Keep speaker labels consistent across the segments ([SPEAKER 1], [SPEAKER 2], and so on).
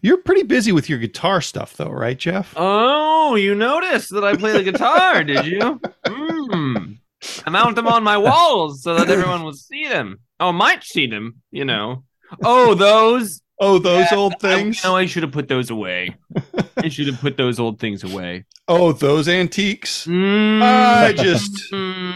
[SPEAKER 1] You're pretty busy with your guitar stuff, though, right, Jeff?
[SPEAKER 2] Oh, you noticed that I play the guitar, did you? Mm. I mount them on my walls so that everyone will see them. Oh, might see them, you know. Oh, those
[SPEAKER 1] Oh, those
[SPEAKER 2] Yeah,
[SPEAKER 1] old things.
[SPEAKER 2] I, no, I should have put those away. I should have put those old things away.
[SPEAKER 1] Oh, those antiques.
[SPEAKER 2] Mm.
[SPEAKER 1] I just
[SPEAKER 2] Mm.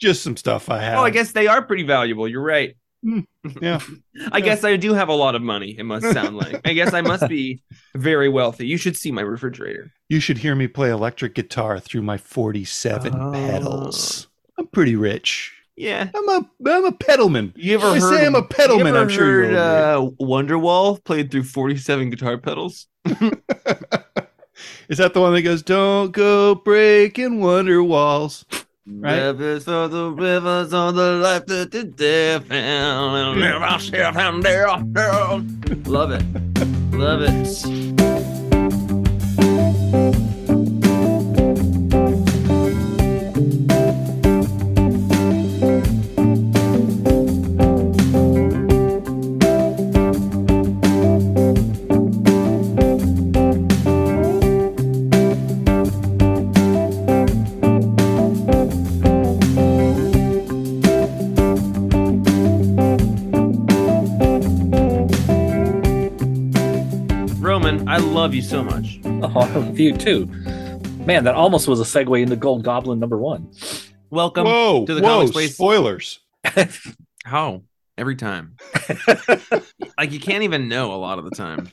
[SPEAKER 1] just some stuff I have.
[SPEAKER 2] Oh, I guess they are pretty valuable. You're right.
[SPEAKER 1] Mm, yeah.
[SPEAKER 2] I guess I do have a lot of money, it must sound like. I guess I must be very wealthy. You should see my refrigerator.
[SPEAKER 1] you should hear me play electric guitar through my 47
[SPEAKER 2] Oh.
[SPEAKER 1] pedals. I'm pretty rich.
[SPEAKER 2] Yeah.
[SPEAKER 1] I'm a I'm a pedalman.
[SPEAKER 2] You ever
[SPEAKER 1] I
[SPEAKER 2] heard
[SPEAKER 1] say I'm a pedalman.
[SPEAKER 2] you ever
[SPEAKER 1] I'm sure
[SPEAKER 2] heard,
[SPEAKER 1] you're aware.
[SPEAKER 2] uh, Wonderwall played through 47 guitar pedals?
[SPEAKER 1] Is that the one that goes, "Don't go breaking wonder walls"? Right.
[SPEAKER 2] Rivers for the rivers on the life that the death and never shall found there. Love it. Love it. Roman, I love you so much.
[SPEAKER 3] Oh, I love you too. Man, that almost was a segue into Gold Goblin number one.
[SPEAKER 2] Welcome.
[SPEAKER 1] whoa,
[SPEAKER 2] to the
[SPEAKER 1] whoa!
[SPEAKER 2] comics place.
[SPEAKER 1] Spoilers.
[SPEAKER 2] How? Every time. like you can't even know a lot of the time.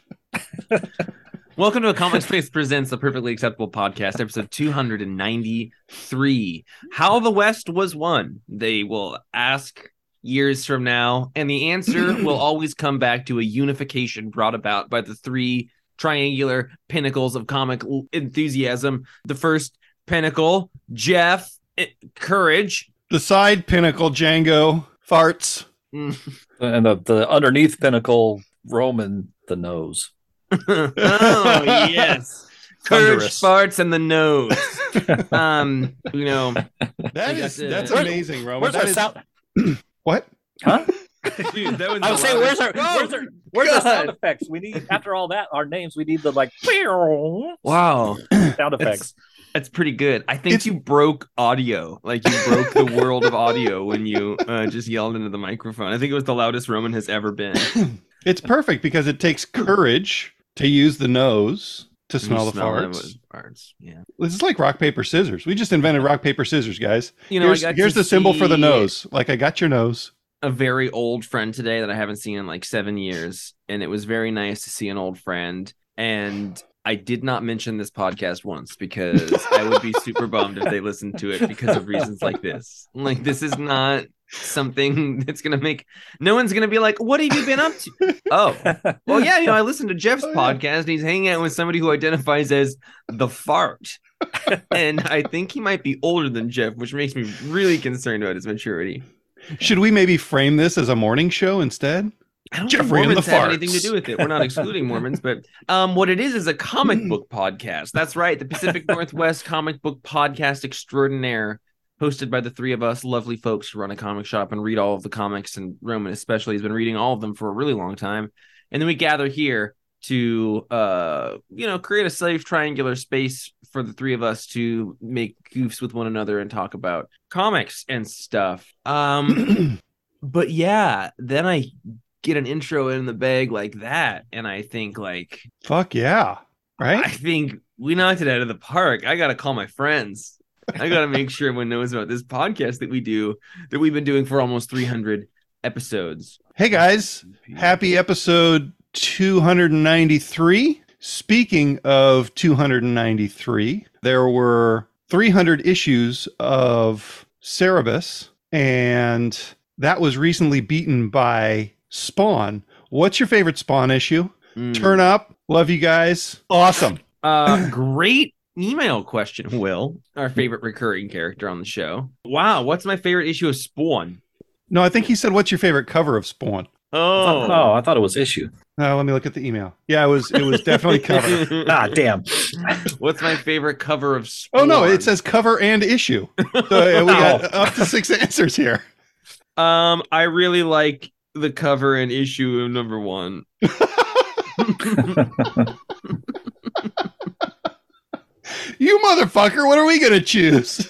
[SPEAKER 2] Welcome to a Comic Space presents the Perfectly Acceptable Podcast, episode 293. How the West was won. They will ask years from now, and the answer will always come back to a unification brought about by the three triangular pinnacles of comic l- enthusiasm. The first pinnacle, Jeff, eh, courage.
[SPEAKER 1] The side pinnacle, Django farts.
[SPEAKER 3] And the, the underneath pinnacle, Roman, the nose.
[SPEAKER 2] oh yes, courage
[SPEAKER 1] Thunderous.
[SPEAKER 2] farts in the nose. um, you know,
[SPEAKER 1] That
[SPEAKER 2] I
[SPEAKER 1] is
[SPEAKER 2] guess, uh,
[SPEAKER 1] that's
[SPEAKER 3] Where-
[SPEAKER 1] amazing, Roman.
[SPEAKER 3] Where's
[SPEAKER 1] That
[SPEAKER 3] our
[SPEAKER 1] is-
[SPEAKER 3] sound?
[SPEAKER 1] What?
[SPEAKER 3] Huh?
[SPEAKER 2] dude, that was.
[SPEAKER 3] I was
[SPEAKER 2] the
[SPEAKER 3] saying, where's
[SPEAKER 2] loudest-
[SPEAKER 3] our
[SPEAKER 2] Whoa!
[SPEAKER 3] where's our where's our sound
[SPEAKER 2] God.
[SPEAKER 3] effects? We need after all that our names. We need the like
[SPEAKER 2] Wow,
[SPEAKER 3] sound effects.
[SPEAKER 2] that's that's pretty good. I think
[SPEAKER 1] It's-
[SPEAKER 2] you broke audio, like you broke the world of audio when you uh, just yelled into the microphone. I think it was the loudest Roman has ever been.
[SPEAKER 1] It's perfect because it takes courage to use the nose to
[SPEAKER 2] You
[SPEAKER 1] smell the
[SPEAKER 2] them
[SPEAKER 1] farts.
[SPEAKER 2] with farts. Yeah,
[SPEAKER 1] This is like rock paper scissors. We just invented rock paper scissors, guys.
[SPEAKER 2] you know,
[SPEAKER 1] here's
[SPEAKER 2] I got
[SPEAKER 1] here's
[SPEAKER 2] to
[SPEAKER 1] the symbol for the
[SPEAKER 2] see
[SPEAKER 1] nose. Like I got your nose.
[SPEAKER 2] A very old friend today that I haven't seen in like seven years, and it was very nice to see an old friend. And I did not mention this podcast once because I would be super bummed if they listened to it because of reasons like this. Like this is not something that's gonna make no one's gonna be like, "What have you been up to?" Oh, well, yeah, you know, I listened to Jeff's
[SPEAKER 1] Oh, yeah.
[SPEAKER 2] podcast and he's hanging out with somebody who identifies as the fart. and I think he might be older than Jeff, which makes me really concerned about his maturity.
[SPEAKER 1] Should we maybe frame this as a morning show instead?
[SPEAKER 2] I don't
[SPEAKER 1] Jeffrey
[SPEAKER 2] think
[SPEAKER 1] and
[SPEAKER 2] Mormons
[SPEAKER 1] the
[SPEAKER 2] have anything to
[SPEAKER 1] farts.
[SPEAKER 2] do with it. We're not excluding Mormons, but um, what it is is a comic
[SPEAKER 1] Hmm.
[SPEAKER 2] book podcast. That's right, the Pacific Northwest comic book podcast extraordinaire, hosted by the three of us, lovely folks who run a comic shop and read all of the comics. And Roman, especially, has been reading all of them for a really long time. And then we gather here to, uh, you know, create a safe triangular space for the three of us to make goofs with one another and talk about comics and stuff. Um but yeah, then I get an intro in the bag like that, and I think like
[SPEAKER 1] Fuck yeah.
[SPEAKER 2] I
[SPEAKER 1] Right?
[SPEAKER 2] think we knocked it out of the park. I gotta call my friends. I gotta make sure everyone knows about this podcast that we do that we've been doing for almost 300 episodes.
[SPEAKER 1] Hey guys, happy episode 293. Speaking of 293, there were 300 issues of Cerebus, and that was recently beaten by Spawn. What's your favorite Spawn issue?
[SPEAKER 2] Mm.
[SPEAKER 1] Turn up. Love you guys. Awesome.
[SPEAKER 2] Uh, great email question, Will, our favorite recurring character on the show. Wow, what's my favorite issue of Spawn?
[SPEAKER 1] No, I think he said, "What's your favorite cover of Spawn?"
[SPEAKER 3] Oh.
[SPEAKER 2] Oh,
[SPEAKER 3] I thought it was issue.
[SPEAKER 1] No, let me look at the email. Yeah, it was. It was definitely cover.
[SPEAKER 3] Ah, damn.
[SPEAKER 2] What's my favorite cover of Spawn?
[SPEAKER 1] Oh no, it says cover and issue. So yeah, we got up to six answers here.
[SPEAKER 2] Um, I really like the cover and issue of number one.
[SPEAKER 1] You motherfucker, what are we going to choose?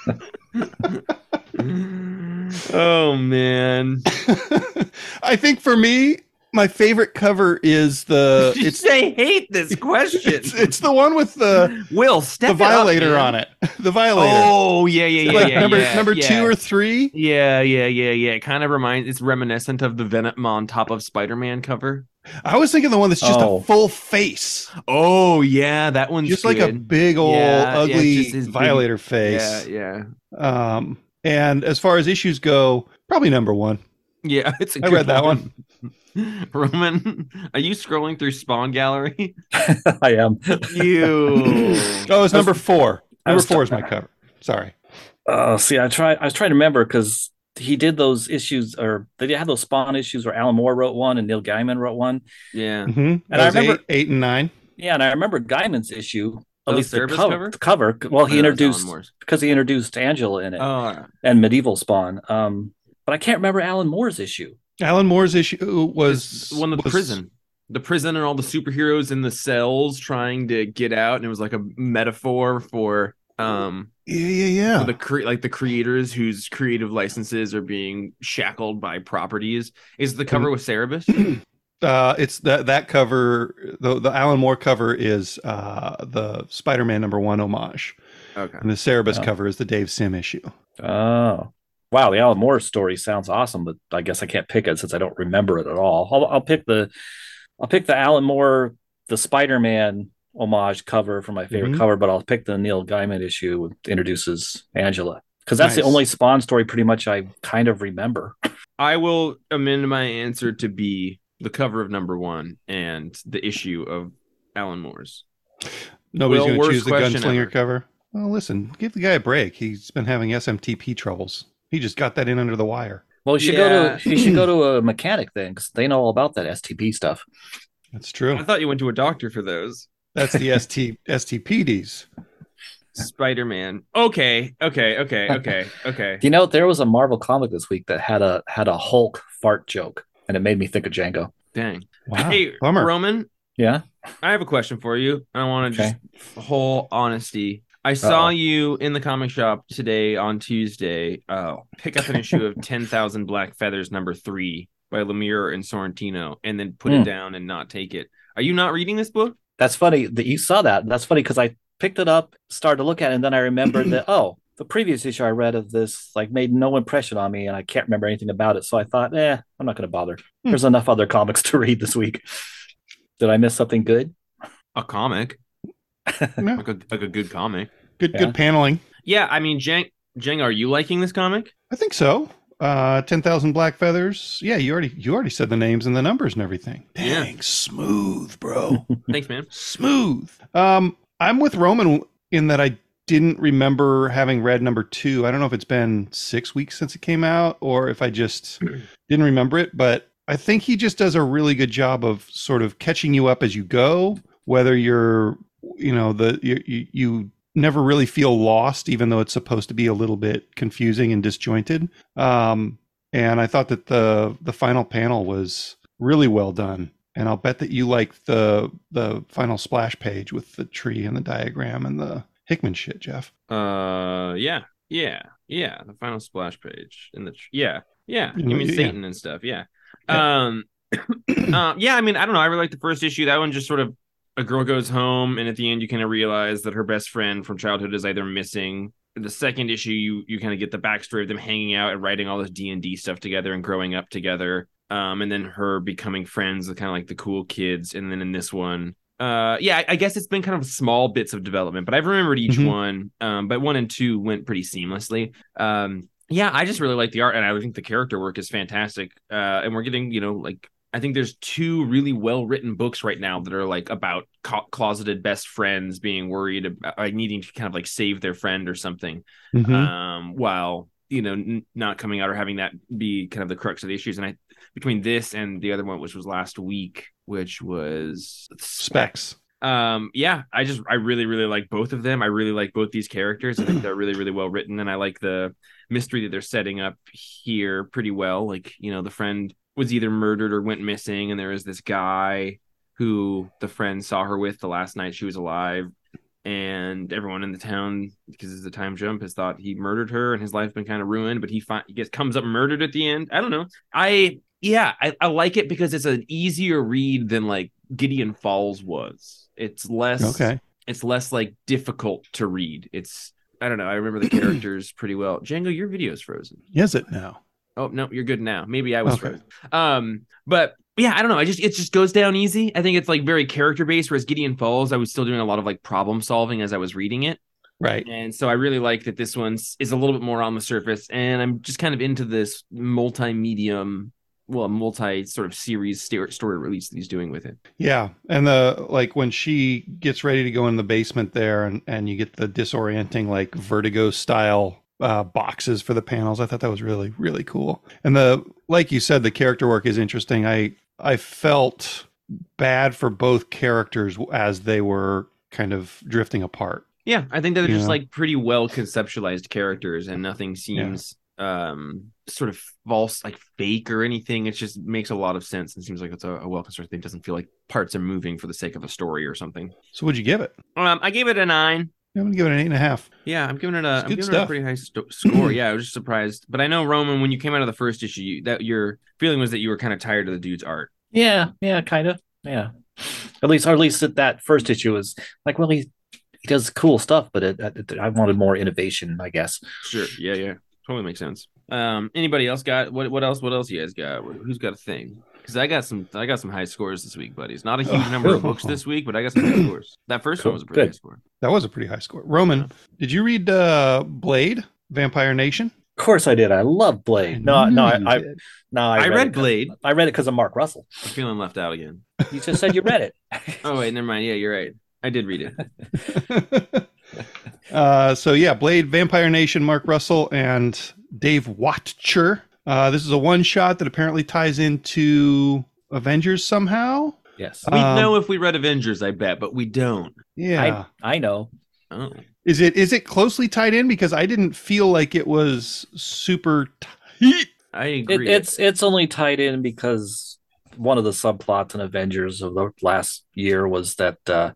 [SPEAKER 2] oh man!
[SPEAKER 1] I think for me, my favorite cover is the Uh, it's
[SPEAKER 2] they hate this question.
[SPEAKER 1] it's, it's the one with the
[SPEAKER 2] Will step
[SPEAKER 1] the violator on it. The violator.
[SPEAKER 2] Oh yeah, yeah, yeah,
[SPEAKER 1] like
[SPEAKER 2] yeah.
[SPEAKER 1] number
[SPEAKER 2] yeah,
[SPEAKER 1] number
[SPEAKER 2] yeah.
[SPEAKER 1] 2 or 3.
[SPEAKER 2] Yeah, yeah, yeah, yeah. It kind of reminds. It's reminiscent of the Venom on top of Spider-Man cover.
[SPEAKER 1] I was thinking the one that's just
[SPEAKER 3] Oh.
[SPEAKER 1] a full face.
[SPEAKER 2] Oh yeah, that one's
[SPEAKER 1] just like a
[SPEAKER 2] good.
[SPEAKER 1] big old
[SPEAKER 2] Yeah, yeah,
[SPEAKER 1] ugly
[SPEAKER 2] just his big-
[SPEAKER 1] violator face.
[SPEAKER 2] Yeah,
[SPEAKER 1] Um and as far as issues go, probably number 1.
[SPEAKER 2] yeah, yeah. It's. I
[SPEAKER 1] I read that one.
[SPEAKER 2] Roman, are you scrolling through Spawn Gallery?
[SPEAKER 3] I am.
[SPEAKER 2] you.
[SPEAKER 1] Oh, it's number 4.
[SPEAKER 3] I
[SPEAKER 1] Number
[SPEAKER 3] was-
[SPEAKER 1] 4 is my cover. Sorry.
[SPEAKER 3] Uh, see, I try. I was trying to remember because he did those issues, or they had those Spawn issues where Alan Moore wrote one and Neil Gaiman wrote one.
[SPEAKER 2] Yeah.
[SPEAKER 1] Mhm. That
[SPEAKER 3] Mm-hmm. I
[SPEAKER 1] was
[SPEAKER 3] remember-
[SPEAKER 1] 8, 8 and 9.
[SPEAKER 3] Yeah, and I remember Gaiman's issue, at
[SPEAKER 2] Oh,
[SPEAKER 3] least the
[SPEAKER 2] Cerebus cover?
[SPEAKER 3] cover, the cover. Well, he
[SPEAKER 2] No, that was Alan
[SPEAKER 3] introduced
[SPEAKER 2] Moore's.
[SPEAKER 3] because he introduced Angela in it
[SPEAKER 2] Oh,
[SPEAKER 3] and medieval Spawn. Um, but I can't remember Alan Moore's issue.
[SPEAKER 1] Alan Moore's issue was
[SPEAKER 2] was one of the
[SPEAKER 1] was-
[SPEAKER 2] prison. The prison and all the superheroes in the cells trying to get out, and it was like a metaphor for um
[SPEAKER 1] Yeah, yeah, yeah.
[SPEAKER 2] for the cre- like the creators whose creative licenses are being shackled by properties. Is the cover with
[SPEAKER 3] Mm-hmm.
[SPEAKER 2] Cerebus?
[SPEAKER 1] uh, it's that that cover, the the Alan Moore cover is uh, the Spider-Man number one homage,
[SPEAKER 2] Okay.
[SPEAKER 1] and the Cerebus
[SPEAKER 3] Oh.
[SPEAKER 1] cover is the Dave Sim issue.
[SPEAKER 3] Oh, wow! The Alan Moore story sounds awesome, but I guess I can't pick it since I don't remember it at all. I'll, I'll pick the, I'll pick the Alan Moore, the Spider Man homage cover for my favorite
[SPEAKER 1] Mhm.
[SPEAKER 3] cover, but I'll pick the Neil Gaiman issue with introduces Angela because that's the
[SPEAKER 1] Nice.
[SPEAKER 3] only Spawn story pretty much I kind of remember.
[SPEAKER 2] I will amend my answer to be the cover of number one and the issue of Alan Moore's.
[SPEAKER 1] Nobody's
[SPEAKER 2] Well,
[SPEAKER 1] going
[SPEAKER 2] worst
[SPEAKER 1] to choose the
[SPEAKER 2] question
[SPEAKER 1] Gunslinger
[SPEAKER 2] ever.
[SPEAKER 1] cover. Well, listen, give the guy a break. He's been having SMTP troubles. He just got that in under the wire.
[SPEAKER 3] Well, you should
[SPEAKER 2] Yeah.
[SPEAKER 3] go to you should go to a mechanic then because they know all about that STP stuff.
[SPEAKER 1] That's true.
[SPEAKER 2] I thought you went to a doctor for those.
[SPEAKER 1] That's the ST STPDs.
[SPEAKER 2] Spider Man. Okay, okay, okay, okay, okay.
[SPEAKER 3] You know, there was a Marvel comic this week that had a had a Hulk fart joke, and it made me think of Django.
[SPEAKER 2] Dang.
[SPEAKER 3] Ah,
[SPEAKER 1] Wow,
[SPEAKER 2] Hey,
[SPEAKER 1] bummer.
[SPEAKER 2] Roman,
[SPEAKER 3] Yeah.
[SPEAKER 2] I have a question for you. I want to
[SPEAKER 3] Okay.
[SPEAKER 2] just whole honesty. I saw
[SPEAKER 3] Uh-oh.
[SPEAKER 2] you in the comic shop today on Tuesday. Uh, pick up an issue of Ten Thousand Black Feathers number three by Lemire and Sorrentino, and then put it
[SPEAKER 3] Hmm.
[SPEAKER 2] down and not take it. Are you not reading this book?
[SPEAKER 3] That's funny that you saw that. That's funny because I picked it up, started to look at it, and then I remembered that, oh, the previous issue I read of this like made no impression on me and I can't remember anything about it. So I thought, eh, I'm not gonna bother.
[SPEAKER 1] Hmm.
[SPEAKER 3] There's enough other comics to read this week. Did I miss something good?
[SPEAKER 2] A comic,
[SPEAKER 1] Yeah,
[SPEAKER 2] like a, like a good comic.
[SPEAKER 1] good,
[SPEAKER 3] Yeah.
[SPEAKER 1] good paneling.
[SPEAKER 2] Yeah, I mean, Jeng, Jeng, are you liking this comic?
[SPEAKER 1] I think so. Uh, ten thousand black feathers. Yeah, you already you already said the names and the numbers and everything.
[SPEAKER 2] Yeah.
[SPEAKER 1] Dang, smooth, bro.
[SPEAKER 3] Hmm.
[SPEAKER 2] Thanks, man.
[SPEAKER 1] smooth. Um, I'm with Roman in that I didn't remember having read number two. I don't know if it's been six weeks since it came out or if I just didn't remember it, but I think he just does a really good job of sort of catching you up as you go, whether you're, you know, the you you, you never really feel lost, even though it's supposed to be a little bit confusing and disjointed. Um, and I thought that the the final panel was really well done. And I'll bet that you like the the final splash page with the tree and the diagram and the Hickman shit, Jeff.
[SPEAKER 2] Uh, yeah, yeah, yeah. The final splash page in the tr- yeah, yeah. You
[SPEAKER 1] Mm-hmm, Yeah,
[SPEAKER 2] mean
[SPEAKER 1] yeah.
[SPEAKER 2] Satan and stuff? Yeah. Um, um, yeah. I mean, I don't know. I really like the first issue. That one just sort of a girl goes home, and at the end, you kind of realize that her best friend from childhood is either missing. The second issue, you you kind of get the backstory of them hanging out and writing all this D and D stuff together and growing up together. Um, and then her becoming friends with kind of like the cool kids. And then in this one, uh, yeah, I, I guess it's been kind of small bits of development, but I've remembered each
[SPEAKER 1] Mhm.
[SPEAKER 2] one. Um, but one and two went pretty seamlessly. Um, yeah, I just really like the art, and I think the character work is fantastic. Uh, and we're getting, you know, like I think there's two really well written books right now that are like about co- closeted best friends being worried about like, needing to kind of like save their friend or something
[SPEAKER 1] Mm-hmm.
[SPEAKER 2] um, while you know n- not coming out or having that be kind of the crux of the issues. And I between this and the other one, which was last week, which was
[SPEAKER 1] Specs.
[SPEAKER 2] um, yeah, I just I really really like both of them. I really like both these characters. I think they're really really well written, and I like the mystery that they're setting up here pretty well. Like you know, the friend was either murdered or went missing, and there is this guy who the friend saw her with the last night she was alive. And everyone in the town, because it's a time jump, has thought he murdered her and his life been kind of ruined. But he fi- he gets comes up murdered at the end. I don't know. I yeah, I, I like it because it's an easier read than like Gideon Falls was. It's less
[SPEAKER 1] Okay.
[SPEAKER 2] it's less like difficult to read. It's I don't know. I remember the characters pretty well. Django, your video's frozen.
[SPEAKER 1] Is it now?
[SPEAKER 2] Oh no, you're good now. Maybe I was
[SPEAKER 1] Okay.
[SPEAKER 2] frozen. Um, but yeah, I don't know. I just it just goes down easy. I think it's like very character based. Whereas Gideon Falls, I was still doing a lot of like problem solving as I was reading it,
[SPEAKER 1] Right.
[SPEAKER 2] and so I really like that this one's is a little bit more on the surface. And I'm just kind of into this multi-medium, well, multi sort of series sto- story release that he's doing with it.
[SPEAKER 1] Yeah. And the like when she gets ready to go in the basement there and and you get the disorienting like vertigo style uh, boxes for the panels. I thought that was really really cool. And the like you said the character work is interesting. I I felt bad for both characters as they were kind of drifting apart.
[SPEAKER 2] Yeah, I think they're
[SPEAKER 1] Yeah.
[SPEAKER 2] just like pretty well conceptualized characters, and nothing seems um sort of false, like fake or anything. It just makes a lot of sense and seems like it's a, a well constructed thing. It doesn't feel like parts are moving for the sake of a story or something.
[SPEAKER 1] So would you give it?
[SPEAKER 2] Um, I gave it a nine.
[SPEAKER 1] I'm gonna give it an eight and a half.
[SPEAKER 2] Yeah, I'm giving it a,
[SPEAKER 1] It's
[SPEAKER 2] I'm
[SPEAKER 1] good
[SPEAKER 2] giving it a
[SPEAKER 1] stuff.
[SPEAKER 2] pretty high sto- score. yeah, I was just surprised, but I know Roman when you came out of the first issue, you, that your feeling was that you were kind of tired of the dude's art.
[SPEAKER 3] Yeah, yeah, kind of. Yeah. At least, or at least that, that first issue was like, well, he he does cool stuff, but it, it, I wanted more innovation, I guess.
[SPEAKER 2] Sure. Yeah. Yeah. Totally makes sense. Um. Anybody else got what? What else? What else you guys got? Who's got a thing? Because I got some. I got some high scores this week, buddies. Not a huge number of books this week, but I got some high scores. That first
[SPEAKER 3] Cool.
[SPEAKER 2] one was a pretty high
[SPEAKER 3] Good.
[SPEAKER 2] score.
[SPEAKER 1] That was a pretty high score. Roman, did you read uh, Blade Vampire Nation?
[SPEAKER 3] Of course, I did. I love Blade. No, no,
[SPEAKER 1] knew
[SPEAKER 3] I, I
[SPEAKER 1] you did.
[SPEAKER 3] no, I,
[SPEAKER 2] Mm-hmm. I, read
[SPEAKER 3] it 'cause-
[SPEAKER 2] Blade.
[SPEAKER 3] I read it because of Mark Russell.
[SPEAKER 2] I'm feeling left out again.
[SPEAKER 3] You just said you read it.
[SPEAKER 2] Oh wait, never mind. Yeah, you're right. I did read it.
[SPEAKER 1] uh, so yeah, Blade, Vampire Nation, Mark Russell, and Dave Watcher. Uh, this is a one shot that apparently ties into Avengers somehow.
[SPEAKER 3] Yes,
[SPEAKER 2] We
[SPEAKER 1] Um,
[SPEAKER 2] know if we read Avengers, I bet, but we don't.
[SPEAKER 1] Yeah,
[SPEAKER 3] I know.
[SPEAKER 2] Oh,
[SPEAKER 1] is it is it closely tied in? Because I didn't feel like it was super tight.
[SPEAKER 2] I
[SPEAKER 3] It,
[SPEAKER 2] agree.
[SPEAKER 3] it's it's only tied in because one of the subplots in Avengers of the last year was that uh,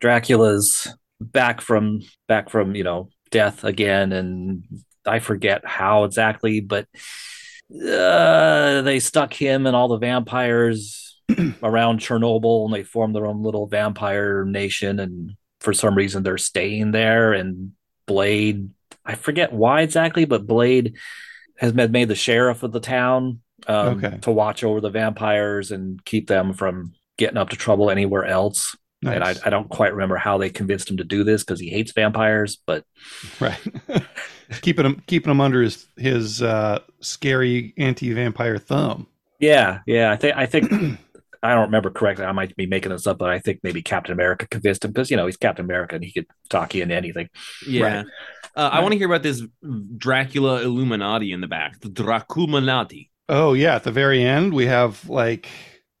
[SPEAKER 3] Dracula's back from back from you know death again, and I forget how exactly, but uh, they stuck him and all the vampires around Chernobyl, and they formed their own little vampire nation, and for some reason they're staying there, and Blade. I forget why exactly, but Blade has been made the sheriff of the town um,
[SPEAKER 1] Okay.
[SPEAKER 3] to watch over the vampires and keep them from getting up to trouble anywhere else. And I,
[SPEAKER 1] Nice.
[SPEAKER 3] I don't quite remember how they convinced him to do this because he hates vampires, but
[SPEAKER 1] right. keeping him keeping him under his his uh, scary anti vampire thumb.
[SPEAKER 3] yeah, yeah, I think I think I don't remember correctly. I might be making this up, but I think maybe Captain America convinced him because you know he's Captain America and he could talk you into anything.
[SPEAKER 2] Yeah.
[SPEAKER 1] Right.
[SPEAKER 2] Uh, I
[SPEAKER 1] Right.
[SPEAKER 2] want to hear about this Dracula Illuminati in the back, the Dracuminati.
[SPEAKER 1] Oh yeah, at the very end we have like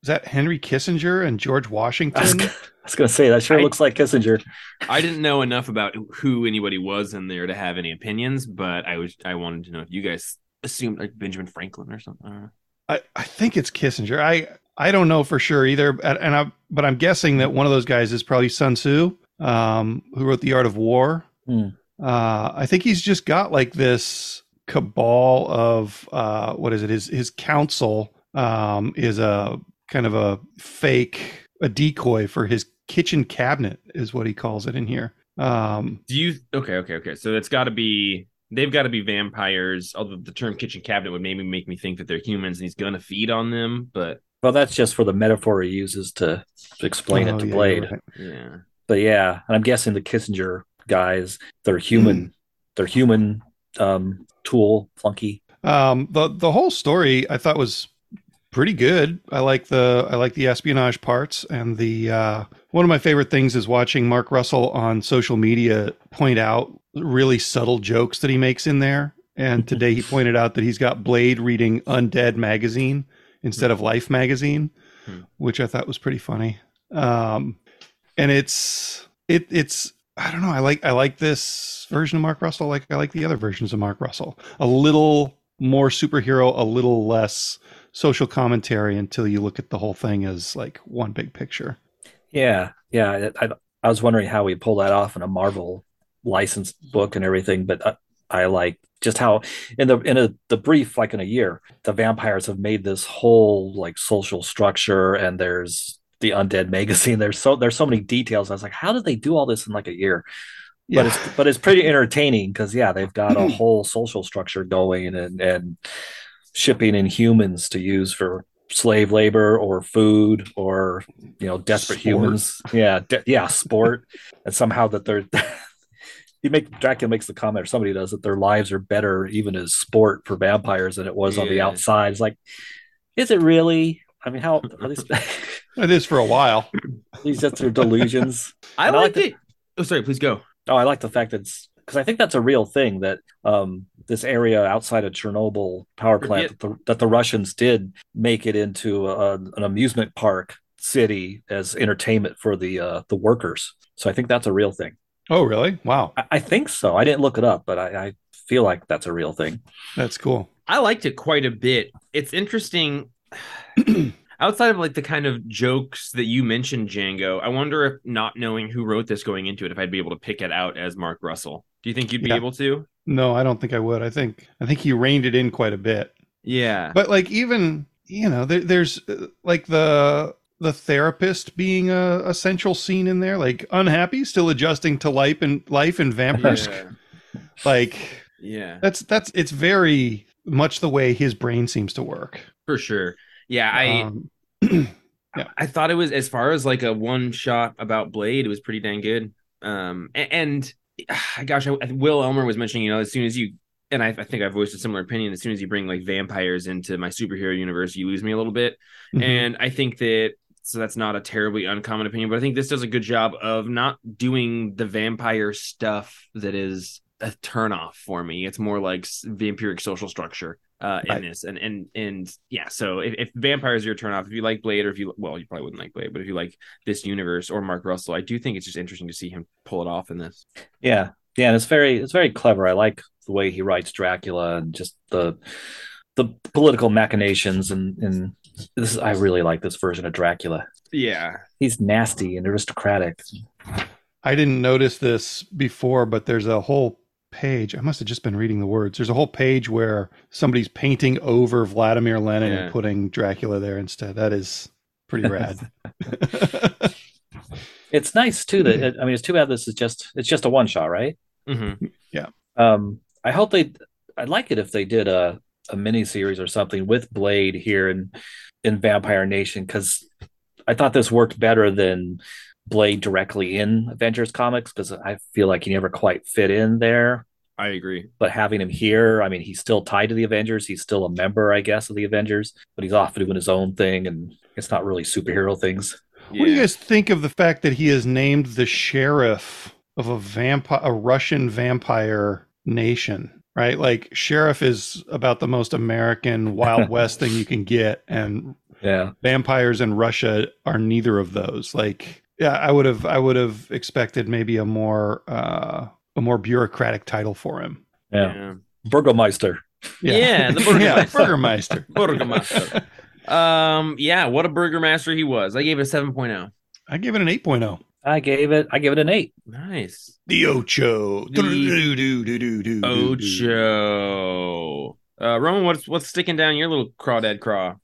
[SPEAKER 1] is that Henry Kissinger and George
[SPEAKER 3] I was,
[SPEAKER 1] Washington?
[SPEAKER 3] g- I was gonna say that sure
[SPEAKER 2] I-
[SPEAKER 3] looks like Kissinger.
[SPEAKER 2] I didn't know enough about who anybody was in there to have any opinions, but I was I wanted to know if you guys assumed like Benjamin Franklin or something. I don't know.
[SPEAKER 1] I, I think it's Kissinger. I I don't know for sure either, and and I but I'm guessing that one of those guys is probably Sun Tzu, um, who wrote The Art of War.
[SPEAKER 3] Hmm.
[SPEAKER 1] Uh, I think he's just got like this cabal of uh, what is it? His his council um, is a kind of a fake, a decoy for his kitchen cabinet, is what he calls it in here. Um,
[SPEAKER 2] Do you okay, okay, okay. So it's gotta be they've gotta be vampires, although the term kitchen cabinet would maybe make me think that they're humans and he's gonna feed on them, but
[SPEAKER 3] Well, that's just for the metaphor he uses to, to explain
[SPEAKER 1] oh,
[SPEAKER 3] it to
[SPEAKER 1] yeah, you're
[SPEAKER 3] Blade.
[SPEAKER 1] right.
[SPEAKER 2] yeah.
[SPEAKER 3] but yeah, and I'm guessing the Kissinger guys, they're human, they're human um tool flunky.
[SPEAKER 1] Um, the the whole story I thought was pretty good. I like the I like the espionage parts and the uh, one of my favorite things is watching Mark Russell on social media point out really subtle jokes that he makes in there. And today he pointed out that he's got Blade reading Undead magazine instead of Life magazine,
[SPEAKER 2] Hmm.
[SPEAKER 1] which I thought was pretty funny. Um, and it's it it's I don't know. I like I like this version of Mark Russell. Like I like the other versions of Mark Russell. A little more superhero, a little less social commentary until you look at the whole thing as like one big picture.
[SPEAKER 3] Yeah, yeah. I, I, I was wondering how we pull that off in a Marvel licensed book and everything, but I, I like just how in the in a the brief like in a year, the vampires have made this whole like social structure, and there's the undead magazine. There's so there's so many details. I was like, how did they do all this in like a year?
[SPEAKER 1] Yeah.
[SPEAKER 3] But it's but it's pretty entertaining because yeah, they've got a whole social structure going and and shipping in humans to use for slave labor or food or you know desperate
[SPEAKER 1] Sport.
[SPEAKER 3] humans yeah de- yeah sport and somehow that they're he make Dracula makes the comment or somebody does that their lives are better even as sport for vampires than it was on the
[SPEAKER 2] Yeah.
[SPEAKER 3] outside it's like is it really i mean how are these,
[SPEAKER 1] It is for a while.
[SPEAKER 3] these just are delusions
[SPEAKER 2] I
[SPEAKER 3] And I like
[SPEAKER 2] liked it. Oh, sorry. Please go.
[SPEAKER 3] Oh, I like the fact that it's because I think that's a real thing that um, this area outside of Chernobyl power plant
[SPEAKER 2] Yeah.
[SPEAKER 3] that, the, that the Russians did make it into a, an amusement park city as entertainment for the uh, the workers. So I think that's a real thing.
[SPEAKER 1] Oh, really? Wow.
[SPEAKER 3] I, I think so. I didn't look it up, but I, I feel like that's a real thing.
[SPEAKER 1] That's cool.
[SPEAKER 2] I liked it quite a bit. It's interesting. Outside of like the kind of jokes that you mentioned, Django, I wonder if not knowing who wrote this going into it, if I'd be able to pick it out as Mark Russell. Do you think you'd be
[SPEAKER 1] Yeah.
[SPEAKER 2] able to?
[SPEAKER 1] No, I don't think I would. I think I think he reined it in quite a bit.
[SPEAKER 2] Yeah.
[SPEAKER 1] But like even you know, there, there's uh, like the the therapist being a essential scene in there, like unhappy, still adjusting to life and life and vampires.
[SPEAKER 2] Yeah.
[SPEAKER 1] Like
[SPEAKER 2] yeah.
[SPEAKER 1] that's that's it's very much the way his brain seems to work.
[SPEAKER 2] For sure. Yeah. I,
[SPEAKER 1] Um,
[SPEAKER 2] I thought it was as far as like a one shot about Blade, it was pretty dang good. Um, a- and, ah, gosh, I, Will Elmer was mentioning, you know, as soon as you and I, I think I voiced a similar opinion. As soon as you bring like vampires into my superhero universe, you lose me a little bit.
[SPEAKER 1] mhm.
[SPEAKER 2] And I think that so that's not a terribly uncommon opinion, but I think this does a good job of not doing the vampire stuff that is a turnoff for me. It's more like s- vampiric social structure uh, in
[SPEAKER 1] Right.
[SPEAKER 2] this, and and and yeah. So if, if vampires are your turnoff, if you like Blade, or if you well, you probably wouldn't like Blade, but if you like this universe or Mark Russell, I do think it's just interesting to see him pull it off in this.
[SPEAKER 3] Yeah, yeah, and it's very it's very clever. I like the way he writes Dracula and just the the political machinations and and this I really like this version of Dracula.
[SPEAKER 2] Yeah,
[SPEAKER 3] He's nasty and aristocratic.
[SPEAKER 1] I didn't notice this before, but there's a whole page. I must have just been reading the words. There's a whole page where somebody's painting over Vladimir Lenin
[SPEAKER 2] Yeah.
[SPEAKER 1] and putting Dracula there instead. That is pretty rad.
[SPEAKER 3] It's nice too that I mean it's too bad this is just it's just a one shot, right?
[SPEAKER 2] hmm
[SPEAKER 3] Um, I hope they. I'd like it if they did a a mini series or something with Blade here in in Vampire Nation because I thought this worked better than Blade directly in Avengers comics because I feel like he never quite fit in there.
[SPEAKER 2] I agree.
[SPEAKER 3] But having him here, I mean, he's still tied to the Avengers. He's still a member, I guess, of the Avengers, but he's off doing his own thing, and it's not really superhero things.
[SPEAKER 1] What do you
[SPEAKER 2] Yeah.
[SPEAKER 1] guys think of the fact that he is named the sheriff of a vampire, a Russian vampire nation? Right, like sheriff is about the most American Wild West thing you can get, and
[SPEAKER 3] Yeah,
[SPEAKER 1] vampires and Russia are neither of those. Like, yeah, I would have, I would have expected maybe a more, uh, a more bureaucratic title for him.
[SPEAKER 3] yeah. Burgomeister.
[SPEAKER 2] Yeah, the
[SPEAKER 1] yeah, Burgermeister.
[SPEAKER 2] Burgermeister. Um, yeah, what a burger master he was. I gave it a oh. 7.0.
[SPEAKER 1] I give it an 8.0.
[SPEAKER 3] I gave it. I give it an eight.
[SPEAKER 2] Nice.
[SPEAKER 1] The Ocho.
[SPEAKER 2] The
[SPEAKER 1] The
[SPEAKER 2] Ocho. Uh, Roman, what's what's sticking down your little crawdad craw?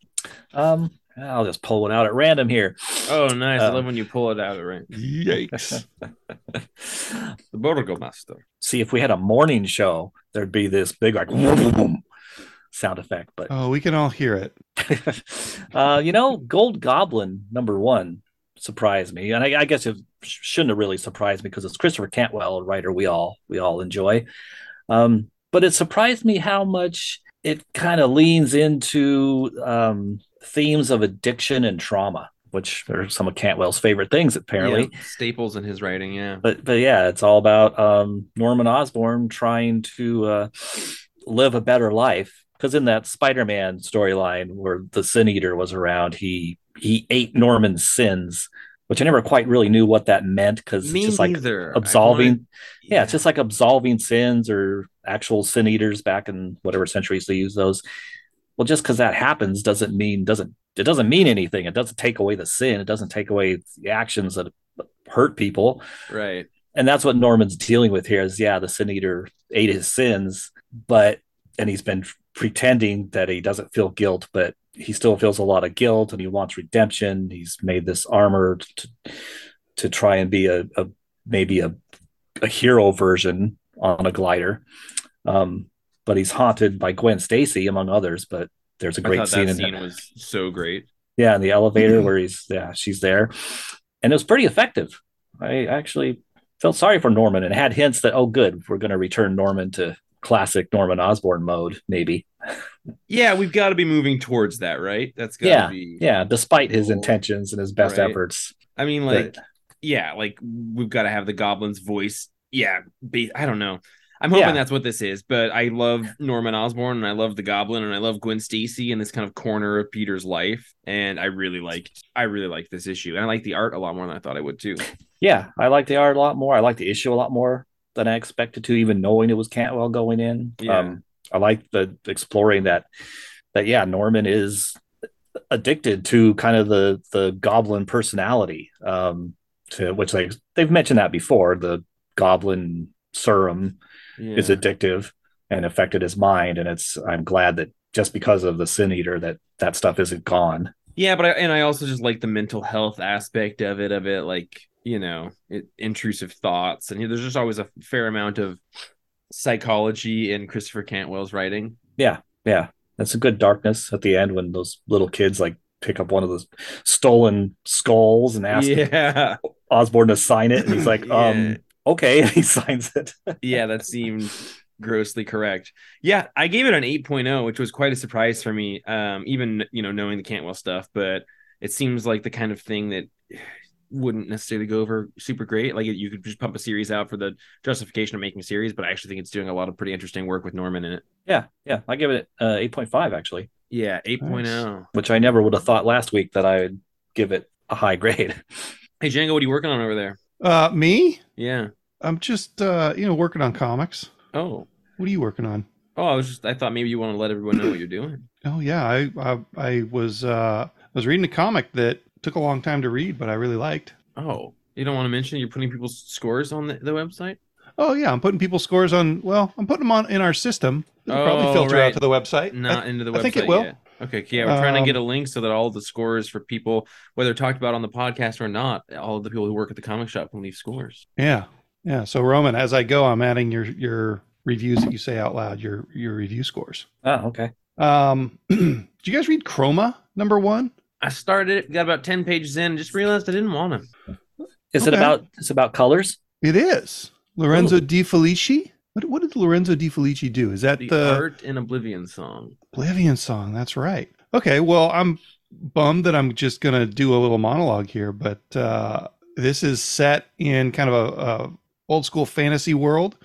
[SPEAKER 3] Um, I'll just pull one out at random here.
[SPEAKER 2] Oh, nice. I
[SPEAKER 3] Uh,
[SPEAKER 2] love when you pull it out, right?
[SPEAKER 1] Yikes.
[SPEAKER 2] The Burgomaster.
[SPEAKER 3] See, if we had a morning show, there'd be this big like vroom, vroom, sound effect. But
[SPEAKER 1] Oh, we can all hear it.
[SPEAKER 3] uh, you know, Gold Goblin number one surprised me, and I, I guess it sh- shouldn't have really surprised me because it's Christopher Cantwell, a writer we all we all enjoy. Um, but it surprised me how much it kind of leans into um, themes of addiction and trauma, which are some of Cantwell's favorite things, apparently.
[SPEAKER 2] Yeah, staples in his writing, yeah.
[SPEAKER 3] but but yeah, it's all about um, Norman Osborn trying to uh, live a better life. Because in that Spider-Man storyline where the Sin Eater was around, he he ate Norman's sins, which I never quite really knew what that meant. Because
[SPEAKER 2] Me
[SPEAKER 3] it's just like
[SPEAKER 2] neither. I
[SPEAKER 3] absolving,
[SPEAKER 2] wanna-
[SPEAKER 3] yeah, it's just like absolving sins or actual sin eaters back in whatever centuries they use those. well, just because that happens doesn't mean doesn't it doesn't mean anything. It doesn't take away the sin. It doesn't take away the actions that hurt people.
[SPEAKER 2] Right.
[SPEAKER 3] And that's what Norman's dealing with here is yeah, the sin eater ate his sins, but and he's been pretending that he doesn't feel guilt, but he still feels a lot of guilt and he wants redemption. He's made this armor to to try and be a, a maybe a a hero version on a glider. Um, but he's haunted by Gwen Stacy among others. But there's a
[SPEAKER 2] I
[SPEAKER 3] great
[SPEAKER 2] thought
[SPEAKER 3] scene
[SPEAKER 2] that
[SPEAKER 3] in
[SPEAKER 2] scene was so great.
[SPEAKER 3] yeah in the elevator
[SPEAKER 1] Mhm.
[SPEAKER 3] where he's yeah she's there, and it was pretty effective. I actually felt sorry for Norman and had hints that oh good we're going to return Norman to classic Norman Osborn mode maybe
[SPEAKER 2] Yeah, we've got to be moving towards that, right? That's gotta be
[SPEAKER 3] yeah despite his
[SPEAKER 2] Cool.
[SPEAKER 3] intentions and his best
[SPEAKER 2] Right.
[SPEAKER 3] efforts
[SPEAKER 2] I mean
[SPEAKER 3] but-
[SPEAKER 2] like yeah, like we've got to have the goblin's voice. Yeah, be, I don't know. I'm
[SPEAKER 3] Yeah.
[SPEAKER 2] hoping that's what this is, but I love Norman Osborn and I love the Goblin and I love Gwen Stacy and this kind of corner of Peter's life, and I really like I really like this issue and I like the art a lot more than I thought I would too.
[SPEAKER 3] yeah, I like the art a lot more. I like the issue a lot more than I expected to, even knowing it was Cantwell going in.
[SPEAKER 2] Yeah.
[SPEAKER 3] Um, I like the exploring that that yeah, Norman is addicted to kind of the the goblin personality, um, to which they they've mentioned that before. The goblin serum
[SPEAKER 2] Yeah.
[SPEAKER 3] is addictive and affected his mind, and it's I'm glad that just because of the sin eater that that stuff isn't gone.
[SPEAKER 2] Yeah, but I, and I also just like the mental health aspect of it, of it like you know, it, intrusive thoughts, and there's just always a fair amount of psychology in Christopher Cantwell's writing.
[SPEAKER 3] yeah that's a good darkness at the end when those little kids like pick up one of those stolen skulls and ask
[SPEAKER 2] Yeah,
[SPEAKER 3] osborne to sign it and he's like um okay and he signs it
[SPEAKER 2] yeah, that seemed grossly correct. Yeah, I gave it an 8.0, which was quite a surprise for me. Um, even you know, knowing the Cantwell stuff, but it seems like the kind of thing that wouldn't necessarily go over super great. Like you could just pump a series out for the justification of making a series, but I actually think it's doing a lot of pretty interesting work with Norman in it.
[SPEAKER 3] yeah yeah i give it uh, 8.5 actually
[SPEAKER 2] Yeah, oh. 8.0.
[SPEAKER 3] which i never would have thought last week that i would give it a high grade
[SPEAKER 2] Hey Django, what are you working on over there?
[SPEAKER 1] Uh, me?
[SPEAKER 2] Yeah.
[SPEAKER 1] I'm just uh, you know working on comics.
[SPEAKER 2] Oh.
[SPEAKER 1] What are you working on?
[SPEAKER 2] Oh, I was just I thought maybe you want to let everyone know what you're doing.
[SPEAKER 1] Oh yeah, I I, I was uh, I was reading a comic that took a long time to read, but I really liked.
[SPEAKER 2] Oh. You don't want to mention you're putting people's scores on the, the website?
[SPEAKER 1] Oh yeah, I'm putting people's scores on. Well, I'm putting them on in our system. It'll
[SPEAKER 2] Oh,
[SPEAKER 1] probably filter
[SPEAKER 2] right.
[SPEAKER 1] out to the website.
[SPEAKER 2] Not into the website
[SPEAKER 1] I think it will.
[SPEAKER 2] yet. Okay, yeah, we're trying to
[SPEAKER 1] Um,
[SPEAKER 2] get a link so that all the scores for people, whether talked about on the podcast or not, all the people who work at the comic shop can leave scores.
[SPEAKER 1] Yeah, yeah. So Roman, as I go, I'm adding your your reviews that you say out loud. Your your review scores.
[SPEAKER 3] oh okay
[SPEAKER 1] Um, do you guys read Chroma number one?
[SPEAKER 2] I started it, got about ten pages in, and just realized I didn't want them.
[SPEAKER 3] is it
[SPEAKER 1] Okay.
[SPEAKER 3] about it's about colors
[SPEAKER 1] It is Lorenzo Di Felici. What what did Lorenzo Di Felici do? Is that
[SPEAKER 2] The
[SPEAKER 1] the,
[SPEAKER 2] Art and Oblivion song.
[SPEAKER 1] Oblivion song? That's right. Okay. Well, I'm bummed that I'm just gonna do a little monologue here, but uh, this is set in kind of a, a old school fantasy world,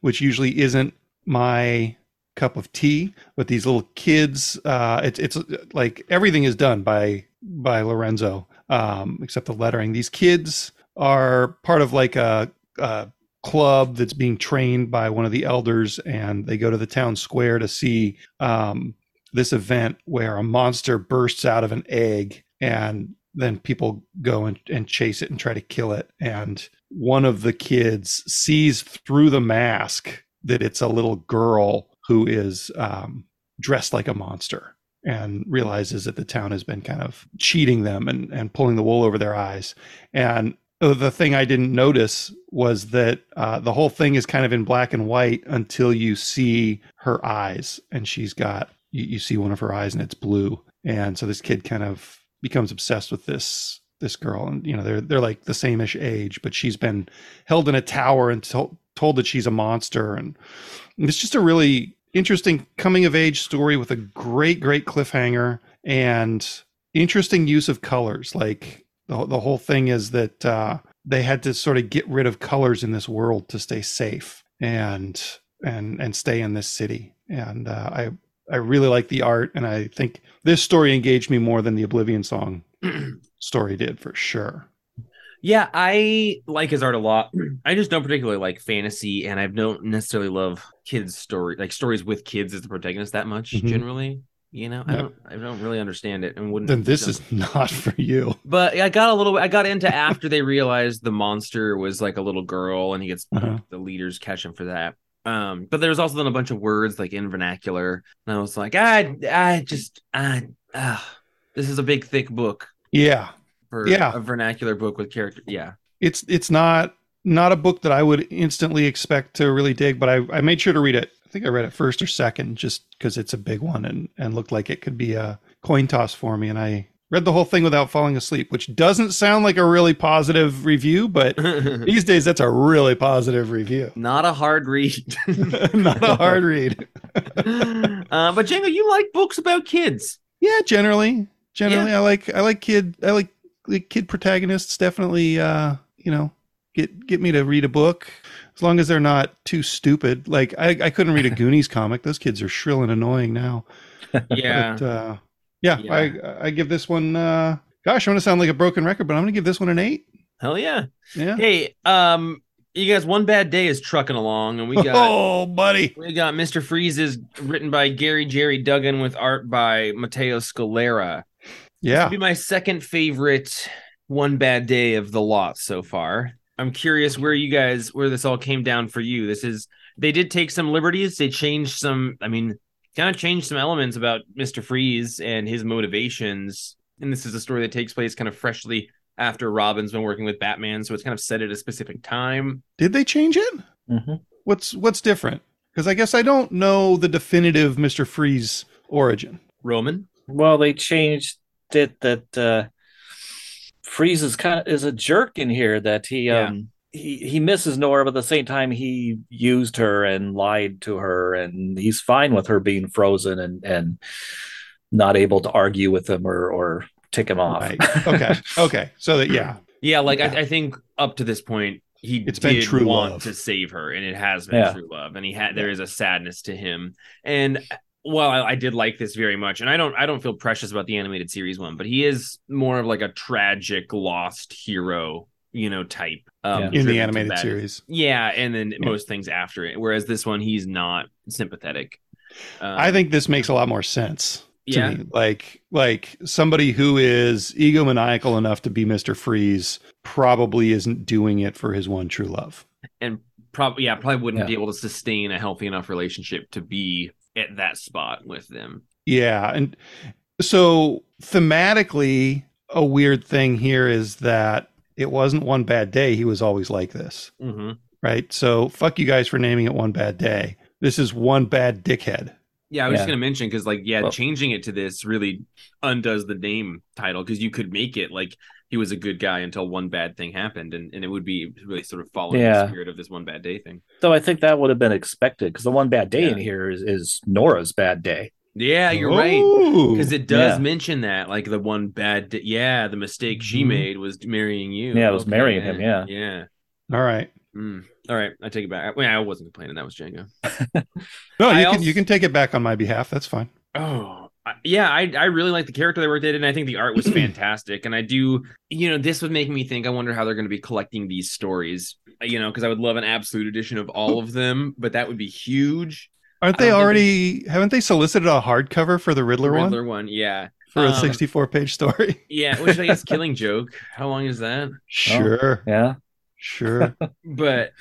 [SPEAKER 1] which usually isn't my cup of tea. But these little kids, uh, it's it's like everything is done by by Lorenzo, um, except the lettering. These kids are part of like a, a club that's being trained by one of the elders, and they go to the town square to see um, this event where a monster bursts out of an egg and then people go and, and chase it and try to kill it and one of the kids sees through the mask that it's a little girl who is um, dressed like a monster and realizes that the town has been kind of cheating them and, and pulling the wool over their eyes and Oh, the thing i didn't notice was that uh, the whole thing is kind of in black and white until you see her eyes and she's got you, you see one of her eyes and it's blue and so this kid kind of becomes obsessed with this this girl and you know they're they're like the sameish age but she's been held in a tower and told told that she's a monster and it's just a really interesting coming of age story with a great great cliffhanger and interesting use of colors like the, the whole thing is that uh, they had to sort of get rid of colors in this world to stay safe and and and stay in this city and uh, i i really like the art and i think this story engaged me more than the oblivion song story did for sure
[SPEAKER 2] Yeah, I like his art a lot. I just don't particularly like fantasy, and I don't necessarily love kids' story, like stories with kids as the protagonist that much
[SPEAKER 1] Mhm.
[SPEAKER 2] generally. You know, I
[SPEAKER 1] No.
[SPEAKER 2] don't, I don't really understand it, and wouldn't.
[SPEAKER 1] Then this
[SPEAKER 2] jump
[SPEAKER 1] is not for you.
[SPEAKER 2] But I got a little. I got into after they realized the monster was like a little girl, and he gets
[SPEAKER 1] Uh-huh.
[SPEAKER 2] the leaders catch him for that. Um, but there was also then a bunch of words like in vernacular, and I was like, I, I just, I, uh, this is a big thick book
[SPEAKER 1] Yeah.
[SPEAKER 2] for
[SPEAKER 1] Yeah.
[SPEAKER 2] a vernacular book with character. Yeah,
[SPEAKER 1] it's it's not not a book that I would instantly expect to really dig, but I, I made sure to read it. I think I read it first or second, just because it's a big one and and looked like it could be a coin toss for me. And I read the whole thing without falling asleep, which doesn't sound like a really positive review, but these days that's a really positive review.
[SPEAKER 2] not a hard read.
[SPEAKER 1] not a hard read.
[SPEAKER 2] uh, but Django, you like books about kids.
[SPEAKER 1] Yeah, generally, generally I like I like kid I like, like kid protagonists. Definitely, uh, you know, get get me to read a book as long as they're not too stupid. Like I, I couldn't read a Goonies comic. Those kids are shrill and annoying now.
[SPEAKER 2] Yeah,
[SPEAKER 1] But, uh, yeah,
[SPEAKER 2] Yeah.
[SPEAKER 1] I I give this one. Uh, gosh, I'm gonna sound like a broken record, but I'm gonna give this one an eight.
[SPEAKER 2] hell yeah.
[SPEAKER 1] Yeah.
[SPEAKER 2] Hey, um, you guys, one bad day is trucking along, and we got
[SPEAKER 1] oh, buddy.
[SPEAKER 2] we got Mr. Freeze's written by Gary Jerry Duggan with art by Matteo Scalera.
[SPEAKER 1] Yeah.
[SPEAKER 2] Be my second favorite one bad day of the lot so far. I'm curious where you guys where this all came down for you. This is they did take some liberties. They changed some. I mean, kind of changed some elements about Mister Freeze and his motivations. And this is a story that takes place kind of freshly after Robin's been working with Batman, so it's kind of set at a specific time.
[SPEAKER 1] Did they change it?
[SPEAKER 3] Mhm.
[SPEAKER 1] What's what's different? Because I guess I don't know the definitive Mister Freeze origin.
[SPEAKER 2] Roman.
[SPEAKER 3] Well, they changed it that uh, Freeze is kind of is a jerk in here. That he
[SPEAKER 2] Yeah.
[SPEAKER 3] um he he misses Nora, but at the same time he used her and lied to her, and he's fine with her being frozen and and not able to argue with him or or tick him off.
[SPEAKER 1] Right. Okay. okay. So that yeah,
[SPEAKER 2] Yeah, like
[SPEAKER 1] Yeah.
[SPEAKER 2] I, I think up to this point he
[SPEAKER 1] It's
[SPEAKER 2] did
[SPEAKER 1] been true
[SPEAKER 2] want
[SPEAKER 1] love.
[SPEAKER 2] to save her, and it has been
[SPEAKER 3] Yeah.
[SPEAKER 2] true love, and he had there is a sadness to him, and well, I, I did like this very much, and I don't I don't feel precious about the animated series one, but he is more of like a tragic lost hero, you know, type um,
[SPEAKER 3] Yeah.
[SPEAKER 1] in
[SPEAKER 2] driven
[SPEAKER 1] the
[SPEAKER 2] to
[SPEAKER 1] animated
[SPEAKER 2] that.
[SPEAKER 1] series.
[SPEAKER 2] Yeah, and then
[SPEAKER 1] Yeah.
[SPEAKER 2] most things after it. Whereas this one, he's not sympathetic. Um,
[SPEAKER 1] I think this makes a lot more sense to
[SPEAKER 2] yeah,
[SPEAKER 1] me. Like like somebody who is egomaniacal enough to be Mr. Freeze probably isn't doing it for his one true love.
[SPEAKER 2] and probably yeah, probably wouldn't
[SPEAKER 3] Yeah.
[SPEAKER 2] be able to sustain a healthy enough relationship to be at that spot with them.
[SPEAKER 1] Yeah, and so thematically a weird thing here is that it wasn't one bad day he was always like this,
[SPEAKER 2] Mm-hmm.
[SPEAKER 1] right? So fuck you guys for naming it one bad day. This is one bad dickhead.
[SPEAKER 2] Yeah, I was just
[SPEAKER 3] Yeah.
[SPEAKER 2] gonna mention because like yeah,
[SPEAKER 3] Well-
[SPEAKER 2] changing it to this really undoes the name title because you could make it like he was a good guy until one bad thing happened, and, and it would be really sort of following the
[SPEAKER 3] Yeah.
[SPEAKER 2] spirit of this one bad day thing.
[SPEAKER 3] So I think that would have been expected because the one bad day
[SPEAKER 2] Yeah.
[SPEAKER 3] in here is, is Nora's bad day.
[SPEAKER 2] Yeah, you're right.
[SPEAKER 1] Ooh.
[SPEAKER 2] Because it does
[SPEAKER 3] Yeah.
[SPEAKER 2] mention that, like the one bad, day, yeah, the mistake she
[SPEAKER 1] Mhm.
[SPEAKER 2] made was marrying you.
[SPEAKER 3] Mm-hmm. Yeah, it was marrying him, yeah.
[SPEAKER 2] yeah.
[SPEAKER 1] All right.
[SPEAKER 2] Mm. All right, I take it back. Well, I wasn't complaining. That was Django.
[SPEAKER 1] No,
[SPEAKER 2] I
[SPEAKER 1] you
[SPEAKER 2] also-
[SPEAKER 1] can you can take it back on my behalf. That's fine.
[SPEAKER 2] Oh, I- yeah, I I really like the character they worked it, and I think the art was fantastic. And I do, you know, this would make me think. I wonder how they're going to be collecting these stories, you know, because I would love an absolute edition of all of them, but that would be huge.
[SPEAKER 1] Aren't
[SPEAKER 2] I
[SPEAKER 1] they
[SPEAKER 2] don't think
[SPEAKER 1] already? Haven't they solicited a hardcover for the Riddler,
[SPEAKER 2] Riddler
[SPEAKER 1] one
[SPEAKER 2] one, yeah,
[SPEAKER 1] for a
[SPEAKER 2] Um, oh,
[SPEAKER 1] sixty-four page story?
[SPEAKER 2] yeah. Which I guess Killing Joke. How long is that?
[SPEAKER 1] Sure,
[SPEAKER 3] Yeah.
[SPEAKER 1] sure.
[SPEAKER 2] But,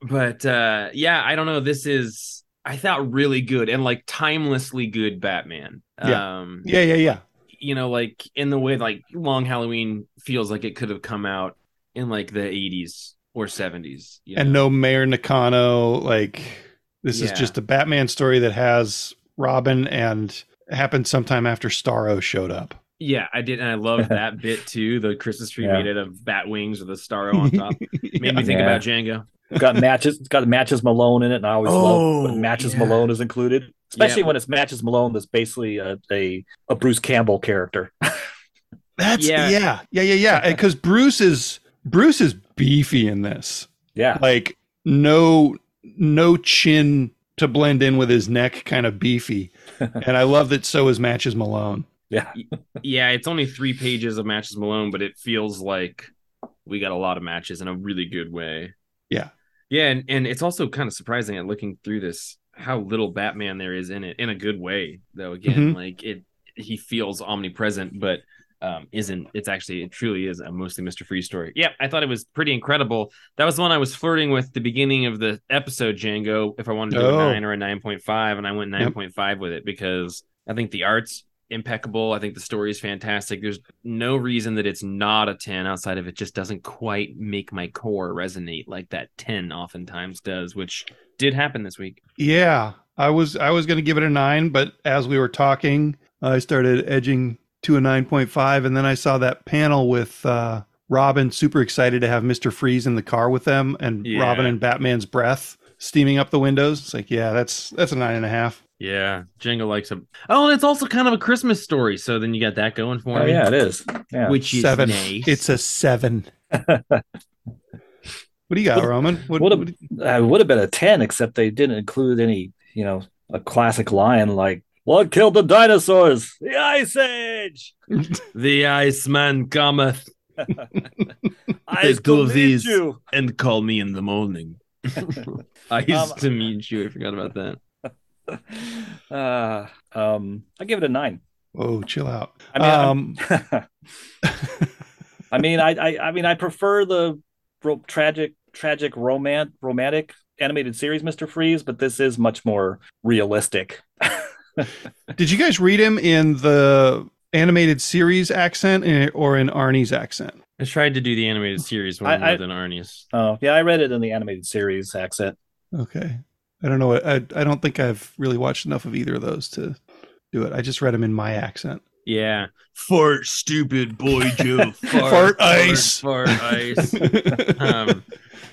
[SPEAKER 2] but uh yeah, I don't know. This is I thought really good and like timelessly good Batman.
[SPEAKER 1] Yeah.
[SPEAKER 2] Um,
[SPEAKER 1] Yeah, yeah, yeah.
[SPEAKER 2] you know, like in the way like Long Halloween feels like it could have come out in like the 80s or 70s. You
[SPEAKER 1] And
[SPEAKER 2] know?
[SPEAKER 1] no Mayor Nakano. Like this is
[SPEAKER 2] Yeah.
[SPEAKER 1] just a Batman story that has Robin and happened sometime after Starro showed up.
[SPEAKER 2] yeah, I did, and I love that bit too. The Christmas tree
[SPEAKER 3] Yeah.
[SPEAKER 2] made out of bat wings with a star on top. Made me think
[SPEAKER 3] Yeah.
[SPEAKER 2] about Django.
[SPEAKER 3] got matches got matches Malone in it, and I always love
[SPEAKER 2] Oh,
[SPEAKER 3] when matches
[SPEAKER 2] yeah.
[SPEAKER 3] Malone is included, especially
[SPEAKER 2] Yeah.
[SPEAKER 3] when it's matches Malone that's basically a, a a Bruce Campbell character.
[SPEAKER 1] That's
[SPEAKER 2] Yeah.
[SPEAKER 1] yeah, yeah, yeah, yeah. Because Bruce is Bruce is beefy in this.
[SPEAKER 3] yeah,
[SPEAKER 1] Like no no chin to blend in with his neck, kind of beefy. and I love that. So is Matches Malone.
[SPEAKER 3] yeah,
[SPEAKER 2] Yeah, it's only three pages of matches Malone, but it feels like we got a lot of matches in a really good way.
[SPEAKER 1] Yeah.
[SPEAKER 2] Yeah, and, and it's also kind of surprising at looking through this how little Batman there is in it in a good way, though. Again,
[SPEAKER 1] Mhm.
[SPEAKER 2] like it, he feels omnipresent, but um, isn't. It's actually, it truly is a mostly Mister Freeze story. Yeah, I thought it was pretty incredible. That was the one I was flirting with at the beginning of the episode, Django. If I wanted to do
[SPEAKER 1] Oh.
[SPEAKER 2] a nine or a nine point five, and I went
[SPEAKER 1] Yep.
[SPEAKER 2] nine point five with it because I think the art's impeccable. I think the story is fantastic. There's no reason that it's not a 10 outside of it just doesn't quite make my core resonate like that 10 oftentimes does, which did happen this week.
[SPEAKER 1] Yeah, I was I was going to give it a nine, but as we were talking, I started edging to a nine point five, and then I saw that panel with uh, Robin super excited to have Mister Freeze in the car with them, and
[SPEAKER 2] Yeah.
[SPEAKER 1] Robin and Batman's breath steaming up the windows. It's like, yeah, that's that's a nine and a half.
[SPEAKER 2] Yeah, Django likes a. Oh, and it's also kind of a Christmas story. So then you got that going for
[SPEAKER 3] Oh
[SPEAKER 2] me.
[SPEAKER 3] yeah, it is. Yeah.
[SPEAKER 2] Which is
[SPEAKER 1] seven.
[SPEAKER 2] nice.
[SPEAKER 1] It's a seven. What do you got,
[SPEAKER 3] What-
[SPEAKER 1] Roman? What,
[SPEAKER 3] what a-
[SPEAKER 1] what-
[SPEAKER 3] I would have been a 10, except they didn't include any, you know, a classic line like, What killed the dinosaurs? The Ice Age.
[SPEAKER 2] the Iceman cometh
[SPEAKER 3] I
[SPEAKER 2] There's
[SPEAKER 3] used
[SPEAKER 2] two
[SPEAKER 3] to
[SPEAKER 2] of
[SPEAKER 3] meet
[SPEAKER 2] these.
[SPEAKER 3] you.
[SPEAKER 2] and call me in the morning. I used
[SPEAKER 3] Um,
[SPEAKER 2] to meet you. I forgot about that.
[SPEAKER 3] Uh, um, I give it a nine.
[SPEAKER 1] oh, chill out.
[SPEAKER 3] I mean, I'm-
[SPEAKER 1] um,
[SPEAKER 3] I mean, I, I, I mean, I prefer the ro- tragic, tragic romance, romantic animated series, Mister Freeze, but this is much more realistic.
[SPEAKER 1] did you guys read him in the animated series accent eh, or in Arnie's accent?
[SPEAKER 2] I tried to do the animated series
[SPEAKER 3] I-
[SPEAKER 2] one more
[SPEAKER 3] I-
[SPEAKER 2] than Arnie's.
[SPEAKER 3] Oh, yeah, I read it in the animated series accent.
[SPEAKER 1] Okay. I don't know. I, I don't think I've really watched enough of either of those to do it. I just read them in my accent.
[SPEAKER 2] Yeah. Fart, stupid boy Joe.
[SPEAKER 1] Fart ice.
[SPEAKER 2] Fart, ice. um,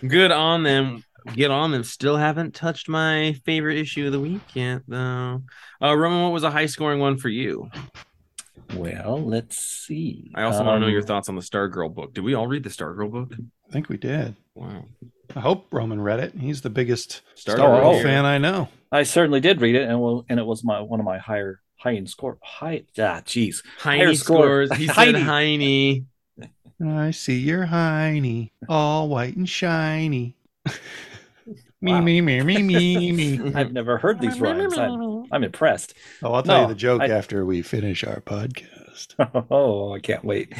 [SPEAKER 2] good on them. Get on them. Still haven't touched my favorite issue of the week yet, though. Uh, Roman, what was a high scoring one for you?
[SPEAKER 3] Well, let's see.
[SPEAKER 2] I also want to know
[SPEAKER 3] Um,
[SPEAKER 2] your thoughts on the Stargirl book. Did we all read the Stargirl book?
[SPEAKER 1] I think we did.
[SPEAKER 2] Wow.
[SPEAKER 1] I hope Roman read it. He's the biggest Star
[SPEAKER 3] Stargirl
[SPEAKER 1] Wars
[SPEAKER 3] here.
[SPEAKER 1] fan I know.
[SPEAKER 3] I certainly did read it, and well, and it was my one of my higher high end score. High, ah, jeez.
[SPEAKER 2] Heine
[SPEAKER 3] score.
[SPEAKER 2] scores. He said
[SPEAKER 3] Heine.
[SPEAKER 2] Heine.
[SPEAKER 1] I see your hiney, all white and shiny. me,
[SPEAKER 3] Wow.
[SPEAKER 1] me, me, me, me, me.
[SPEAKER 2] Mm-hmm.
[SPEAKER 3] I've never heard these rhymes. I'm, I'm impressed.
[SPEAKER 1] Oh, I'll tell
[SPEAKER 3] No,
[SPEAKER 1] you the joke
[SPEAKER 3] I-
[SPEAKER 1] after we finish our podcast.
[SPEAKER 3] Oh, I can't wait.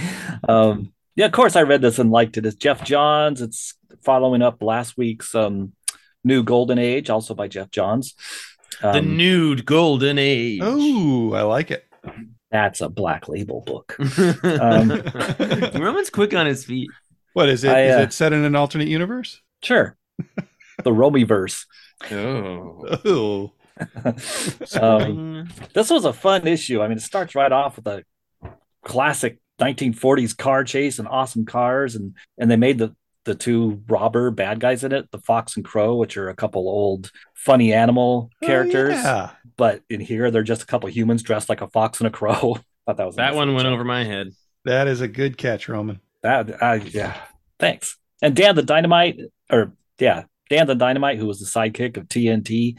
[SPEAKER 3] Um, yeah, of course, I read this and liked it. It's Jeff Johns. It's following up last week's um, New Golden Age, also by Jeff Johns.
[SPEAKER 2] the
[SPEAKER 3] Um,
[SPEAKER 2] nude golden age.
[SPEAKER 1] Oh, I like it.
[SPEAKER 3] that's a black label book. Um,
[SPEAKER 2] Roman's quick on his feet.
[SPEAKER 1] What is it?
[SPEAKER 3] I,
[SPEAKER 1] Is
[SPEAKER 3] uh,
[SPEAKER 1] it set in an alternate universe?
[SPEAKER 3] Sure. the Romiverse.
[SPEAKER 2] Oh.
[SPEAKER 1] Oh,
[SPEAKER 3] um, this was a fun issue. I mean, it starts right off with a classic 1940s car chase and awesome cars, and and they made the the two robber bad guys in it, the Fox and Crow, which are a couple old funny animal characters.
[SPEAKER 1] Oh, yeah.
[SPEAKER 3] But in here, they're just a couple humans dressed like a fox and a crow. Thought that was
[SPEAKER 2] that
[SPEAKER 3] nice.
[SPEAKER 2] one went over my head.
[SPEAKER 1] That is a good catch, Roman.
[SPEAKER 3] That I, yeah, thanks. And Dan the Dynamite, or yeah, Dan the Dynamite, who was the sidekick of TNT.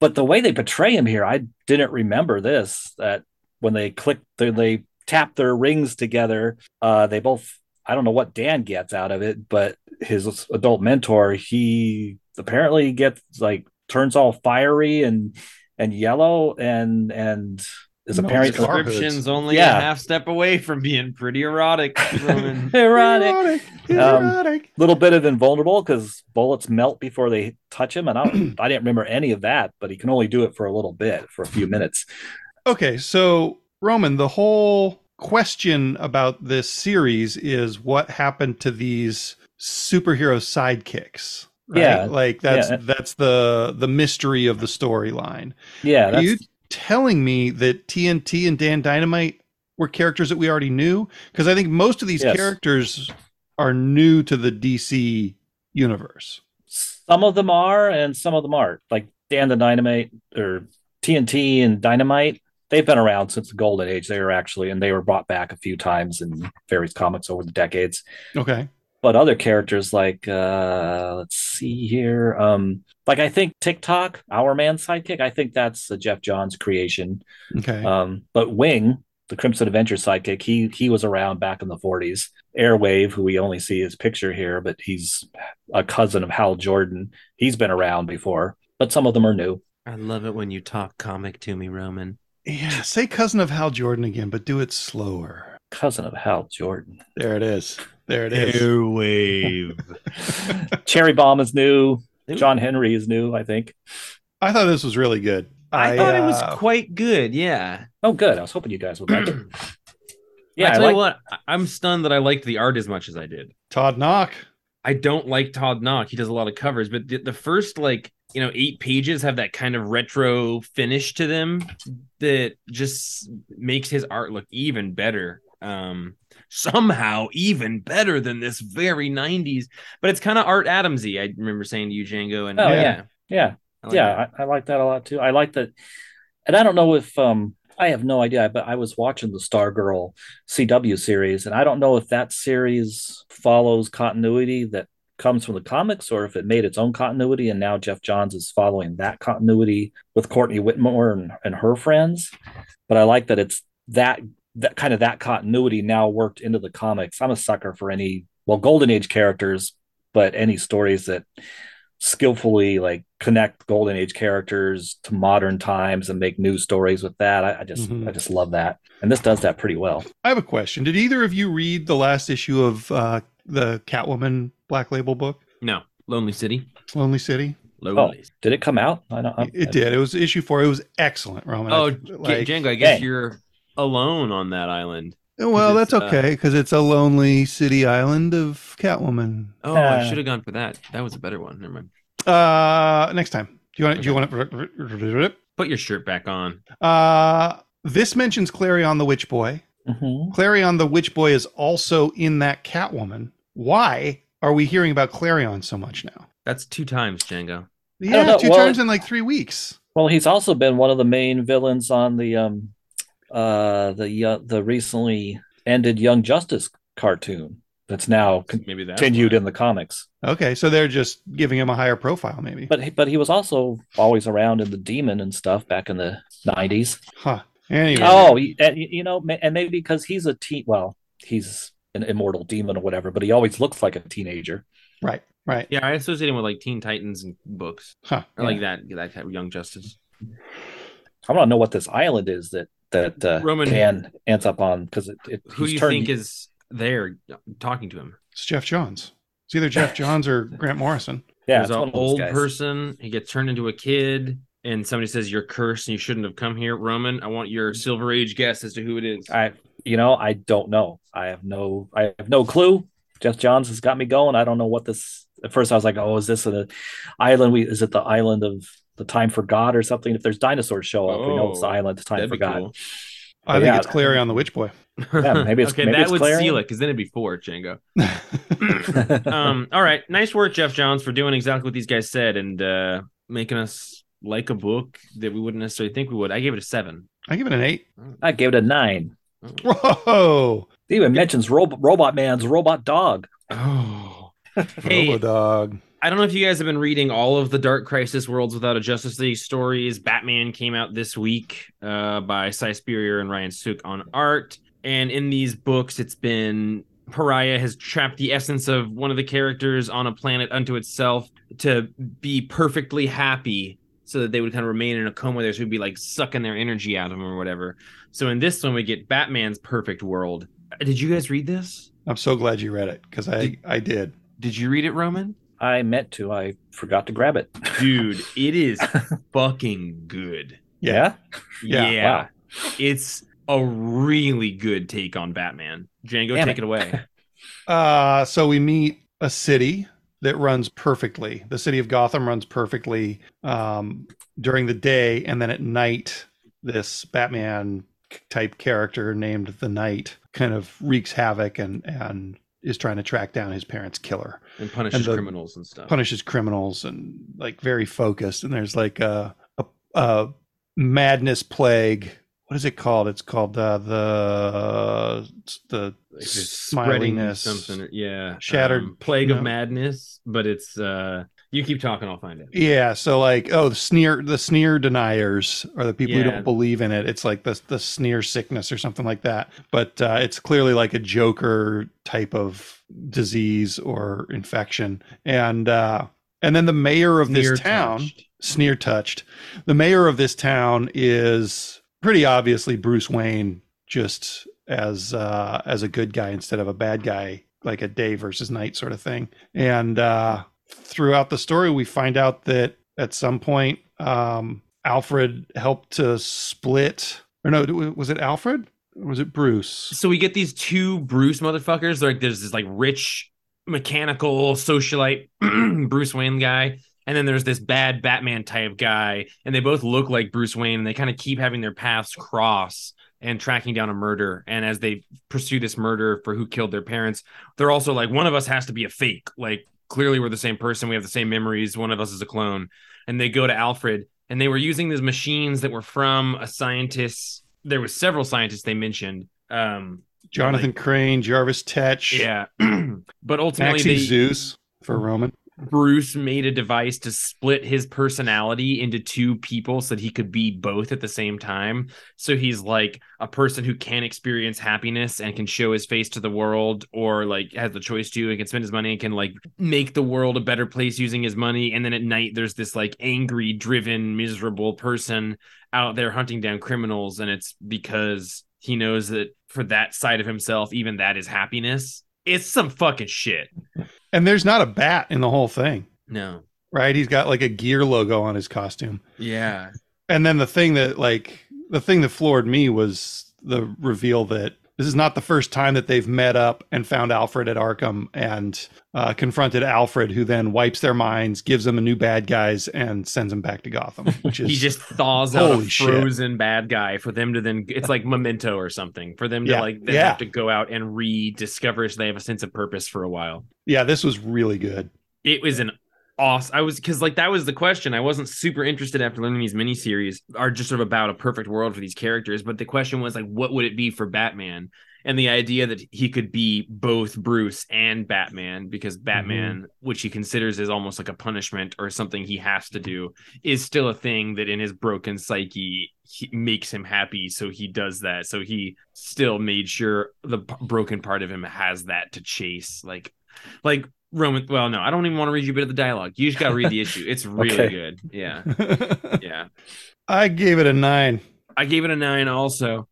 [SPEAKER 3] But the way they portray him here, I didn't remember this. That when they click, they, they tap their rings together. Uh, they both. I don't know what Dan gets out of it, but his adult mentor, he apparently gets like turns all fiery and and yellow and and is
[SPEAKER 1] No,
[SPEAKER 3] apparently
[SPEAKER 1] Car hoods.
[SPEAKER 2] Description's only
[SPEAKER 3] Yeah.
[SPEAKER 2] a half step away from being pretty erotic. Roman.
[SPEAKER 3] erotic.
[SPEAKER 1] Erotic.
[SPEAKER 3] Um,
[SPEAKER 1] erotic.
[SPEAKER 3] little bit of invulnerable because bullets melt before they touch him, and I don't, I didn't remember any of that. But he can only do it for a little bit, for a few minutes.
[SPEAKER 1] Okay, so Roman, the whole question about this series is what happened to these superhero sidekicks. Right?
[SPEAKER 3] Yeah,
[SPEAKER 1] like that's
[SPEAKER 3] yeah.
[SPEAKER 1] that's the the mystery of the storyline.
[SPEAKER 3] Yeah,
[SPEAKER 1] Are
[SPEAKER 3] that's,
[SPEAKER 1] you telling me that TNT and Dan Dynamite were characters that we already knew? Because I think most of these
[SPEAKER 3] Yes.
[SPEAKER 1] characters are new to the DC universe.
[SPEAKER 3] some of them are, and some of them aren't. Like Dan the Dynamite or TNT and Dynamite, they've been around since the Golden Age. They were actually, and they were brought back a few times in various comics over the decades.
[SPEAKER 1] Okay.
[SPEAKER 3] but other characters like uh let's see here um like i think tiktok our man sidekick i think that's a jeff johns creation
[SPEAKER 1] Okay.
[SPEAKER 3] um but wing the crimson adventure sidekick he he was around back in the 40s airwave who we only see his picture here but he's a cousin of hal jordan he's been around before but some of them are new
[SPEAKER 2] I love it when you talk comic to me, Roman.
[SPEAKER 1] Yeah, say cousin of Hal Jordan again, but do it slower.
[SPEAKER 3] Cousin of Hal Jordan.
[SPEAKER 1] There it is. There it is.
[SPEAKER 4] Airwave.
[SPEAKER 3] Cherry Bomb is new.
[SPEAKER 2] Ooh.
[SPEAKER 3] John Henry is new, I think.
[SPEAKER 1] I thought this was really good.
[SPEAKER 2] I, thought it was
[SPEAKER 1] uh,
[SPEAKER 2] quite good. Yeah.
[SPEAKER 3] Oh, good. I was hoping you guys would like it.
[SPEAKER 2] I
[SPEAKER 3] Yeah, I
[SPEAKER 2] tell
[SPEAKER 3] like,
[SPEAKER 2] you what, I- I'm stunned that I liked the art as much as I did.
[SPEAKER 1] Todd Knock.
[SPEAKER 2] I don't like Todd Knock. He does a lot of covers, but the, the first like you know eight pages have that kind of retro finish to them that just makes his art look even better. Um, somehow even better than this very '90s. But it's kind of Art Adamsy. I remember saying to you, Django, and
[SPEAKER 3] Oh,
[SPEAKER 1] yeah.
[SPEAKER 3] yeah.
[SPEAKER 2] I like that.
[SPEAKER 3] yeah, I, I like that a lot too. I like that, and I don't know if um I have no idea, but I was watching the Stargirl CW series, and I don't know if that series follows continuity that comes from the comics or if it made its own continuity and now Jeff Johns is following that continuity with Courtney Whitmore and, and her friends. But I like that it's that that kind of that continuity now worked into the comics. I'm a sucker for any well golden age characters, but any stories that skillfully like connect golden age characters to modern times and make new stories with that. I, I just
[SPEAKER 1] Mhm.
[SPEAKER 3] I just love that. And this does that pretty well.
[SPEAKER 1] I have a question. Did either of you read the last issue of uh, the Catwoman Black Label book,
[SPEAKER 2] No, Lonely City.
[SPEAKER 1] Lonely City?
[SPEAKER 3] Oh,
[SPEAKER 2] Lonely. City.
[SPEAKER 3] Did it come out? I don't I-
[SPEAKER 1] it did. It was issue four. It was excellent, Roman. I-
[SPEAKER 2] Oh,
[SPEAKER 1] like-
[SPEAKER 2] Django, I guess
[SPEAKER 3] hey.
[SPEAKER 2] you're alone on that island.
[SPEAKER 1] Oh, well,
[SPEAKER 2] it's,
[SPEAKER 1] that's
[SPEAKER 2] uh,
[SPEAKER 1] okay because it's a lonely city island of Catwoman.
[SPEAKER 2] Oh, I
[SPEAKER 3] Uh.
[SPEAKER 2] should have gone for that. That was a better one. Never mind.
[SPEAKER 1] Uh, next time. Do you want? Do you want to?
[SPEAKER 2] Put your shirt back on.
[SPEAKER 1] Uh, this mentions Clarion the Witch Boy.
[SPEAKER 3] Mhm.
[SPEAKER 1] Clarion the Witch Boy is also in that Catwoman. Why are we hearing about Clarion so much now?
[SPEAKER 2] That's two times, Django.
[SPEAKER 3] don't
[SPEAKER 1] Yeah,
[SPEAKER 3] know.
[SPEAKER 1] two
[SPEAKER 3] Well,
[SPEAKER 1] times
[SPEAKER 3] it-
[SPEAKER 1] in like three weeks.
[SPEAKER 3] Well, he's also been one of the main villains on the um uh the uh, the recently ended Young Justice cartoon that's now con-
[SPEAKER 2] Maybe that's
[SPEAKER 3] continued
[SPEAKER 2] why.
[SPEAKER 3] in the comics.
[SPEAKER 1] Okay, so they're just giving him a higher profile, maybe.
[SPEAKER 3] But he, but he was also always around in the Demon and stuff back in the 90s.
[SPEAKER 1] huh. Anyway.
[SPEAKER 2] Yeah.
[SPEAKER 3] Oh, y- and, y- you know, ma- and maybe because he's a teen, well, he's an immortal demon or whatever, but he always looks like a teenager.
[SPEAKER 1] Right. Right.
[SPEAKER 2] Yeah, I associate him with like Teen Titans and books.
[SPEAKER 1] Huh.
[SPEAKER 2] I like that that type of Young Justice.
[SPEAKER 3] I don't know what this island is that that uh,
[SPEAKER 2] Roman-
[SPEAKER 3] Dan ends up on because it, it
[SPEAKER 2] Who do
[SPEAKER 3] he's
[SPEAKER 2] you
[SPEAKER 3] turned-
[SPEAKER 2] think is there talking to him?
[SPEAKER 1] It's Jeff Johns. It's either Jeff Johns or Grant Morrison.
[SPEAKER 3] yeah,
[SPEAKER 2] There's
[SPEAKER 3] it's
[SPEAKER 2] an
[SPEAKER 3] one of those
[SPEAKER 2] old
[SPEAKER 3] guys.
[SPEAKER 2] person. He gets turned into a kid, and somebody says you're cursed and you shouldn't have come here, Roman. I want your Silver Age guess as to who it is.
[SPEAKER 3] I you know, I don't know. I have no I have no clue. Jeff Johns has got me going. I don't know what this at first I was like, oh, is this an island we is it the island of the time for God or something? If there's dinosaurs show up, we know it's the
[SPEAKER 2] Oh,
[SPEAKER 3] island of time
[SPEAKER 2] That'd
[SPEAKER 3] for
[SPEAKER 2] be
[SPEAKER 3] God.
[SPEAKER 2] cool.
[SPEAKER 1] I think
[SPEAKER 3] Yeah.
[SPEAKER 1] it's Clarion the Witch Boy.
[SPEAKER 3] Yeah, maybe it's-
[SPEAKER 2] okay.
[SPEAKER 3] maybe
[SPEAKER 2] that
[SPEAKER 3] it's
[SPEAKER 2] would
[SPEAKER 3] Clarion.
[SPEAKER 2] seal it because then it'd be four, Django.
[SPEAKER 3] um,
[SPEAKER 2] um, all right. Nice work, Jeff Johns, for doing exactly what these guys said and uh, making us like a book that we wouldn't necessarily think we would. I gave it a seven.
[SPEAKER 1] I give it an eight.
[SPEAKER 3] I gave it a nine.
[SPEAKER 1] Whoa.
[SPEAKER 3] It even mentions Rob- Robot Man's robot dog.
[SPEAKER 2] Oh. hey,
[SPEAKER 1] Robodog.
[SPEAKER 2] I don't know if you guys have been reading all of the Dark Crisis Worlds Without a Justice League stories. Batman came out this week uh, by Cy Spurrier and Ryan Suk on art. And in these books, it's been Pariah has trapped the essence of one of the characters on a planet unto itself to be perfectly happy so that they would kind of remain in a coma there. So we'd be like sucking their energy out of them or whatever. So in this one, we get Batman's perfect world. Uh, Did you guys read this?
[SPEAKER 1] I'm so glad you read it because I, I did.
[SPEAKER 2] Did you read it, Roman?
[SPEAKER 3] I meant to. I forgot to grab it.
[SPEAKER 2] dude it is fucking good
[SPEAKER 1] Yeah.
[SPEAKER 2] yeah,
[SPEAKER 1] Yeah.
[SPEAKER 3] Wow.
[SPEAKER 2] it's a really good take on batman django
[SPEAKER 3] Damn
[SPEAKER 2] take
[SPEAKER 3] it.
[SPEAKER 2] it, away
[SPEAKER 1] Uh, so we meet a city that runs perfectly. The city of Gotham runs perfectly um, during the day, and then at night, this Batman c- type character named the Knight kind of wreaks havoc and and is trying to track down his parents' killer,
[SPEAKER 2] and punishes
[SPEAKER 1] And the-
[SPEAKER 2] criminals and stuff
[SPEAKER 1] punishes criminals, and like very focused. And there's like a a, a madness plague. What is it called? It's called uh, the the
[SPEAKER 2] Like, it's spreading something yeah um,
[SPEAKER 1] Shattered-
[SPEAKER 2] plague
[SPEAKER 1] no.
[SPEAKER 2] of madness but it's uh you keep talking i'll find it
[SPEAKER 1] Yeah, so like, oh, the sneer, the sneer deniers are the people who
[SPEAKER 2] Yeah.
[SPEAKER 1] don't believe in it. It's like the the sneer sickness or something like that. But uh, it's clearly like a Joker type of disease or infection, and uh, And then the mayor of this
[SPEAKER 4] Near
[SPEAKER 1] town,
[SPEAKER 4] touched.
[SPEAKER 1] sneer touched, the mayor of this town is pretty obviously Bruce Wayne, just as uh, as a good guy instead of a bad guy, like a day versus night sort of thing. And uh, throughout the story, we find out that at some point, um, Alfred helped to split, or no, was it Alfred? Or was it Bruce?
[SPEAKER 2] So we get these two Bruce motherfuckers. They're like there's this like rich mechanical socialite Bruce Wayne guy, and then there's this bad Batman type guy, and they both look like Bruce Wayne, and they kind of keep having their paths cross and tracking down a murder. And as they pursue this murder for who killed their parents, they're also like one of us has to be a fake. Like clearly we're the same person, we have the same memories, one of us is a clone. And they go to Alfred and they were using these machines that were from a scientist. There was several scientists they mentioned. Um,
[SPEAKER 1] Jonathan Crane, Jarvis Tetch,
[SPEAKER 2] yeah, but ultimately,
[SPEAKER 1] Maxie
[SPEAKER 2] they,
[SPEAKER 1] Zeus for Roman.
[SPEAKER 2] Bruce made a device to split his personality into two people so that he could be both at the same time. So he's like a person who can experience happiness and can show his face to the world, or like has the choice to and can spend his money and can like make the world a better place using his money. And then at night, there's this like angry, driven, miserable person out there hunting down criminals. And it's because he knows that for that side of himself, even that is happiness. It's some fucking shit.
[SPEAKER 1] And there's not a bat in the whole thing,
[SPEAKER 2] No.
[SPEAKER 1] right? He's got like a gear logo on his costume.
[SPEAKER 2] Yeah.
[SPEAKER 1] And then the thing that like the thing that floored me was the reveal that this is not the first time that they've met up and found Alfred at Arkham and uh, confronted Alfred, who then wipes their minds, gives them a new bad guys, and sends them back to Gotham. Which is
[SPEAKER 2] he just thaws out
[SPEAKER 1] Holy
[SPEAKER 2] a
[SPEAKER 1] shit.
[SPEAKER 2] frozen bad guy for them to then it's like memento or something for them to
[SPEAKER 1] Yeah,
[SPEAKER 2] like then
[SPEAKER 1] yeah.
[SPEAKER 2] have to go out and rediscover so they have a sense of purpose for a while
[SPEAKER 1] yeah, this was really good.
[SPEAKER 2] it was an awesome i was because like that was the question i wasn't super interested after learning these miniseries are just sort of about a perfect world for these characters but the question was like what would it be for batman and the idea that he could be both bruce and batman because batman which he considers as almost like a punishment or something he has to do is still a thing that in his broken psyche he makes him happy so he does that so he still made sure the p- broken part of him has that to chase like like roman well no i don't even want to read you a bit of the dialogue you just gotta read the issue it's really
[SPEAKER 3] Okay.
[SPEAKER 2] good yeah yeah
[SPEAKER 1] I gave it a nine.
[SPEAKER 2] i gave it a nine also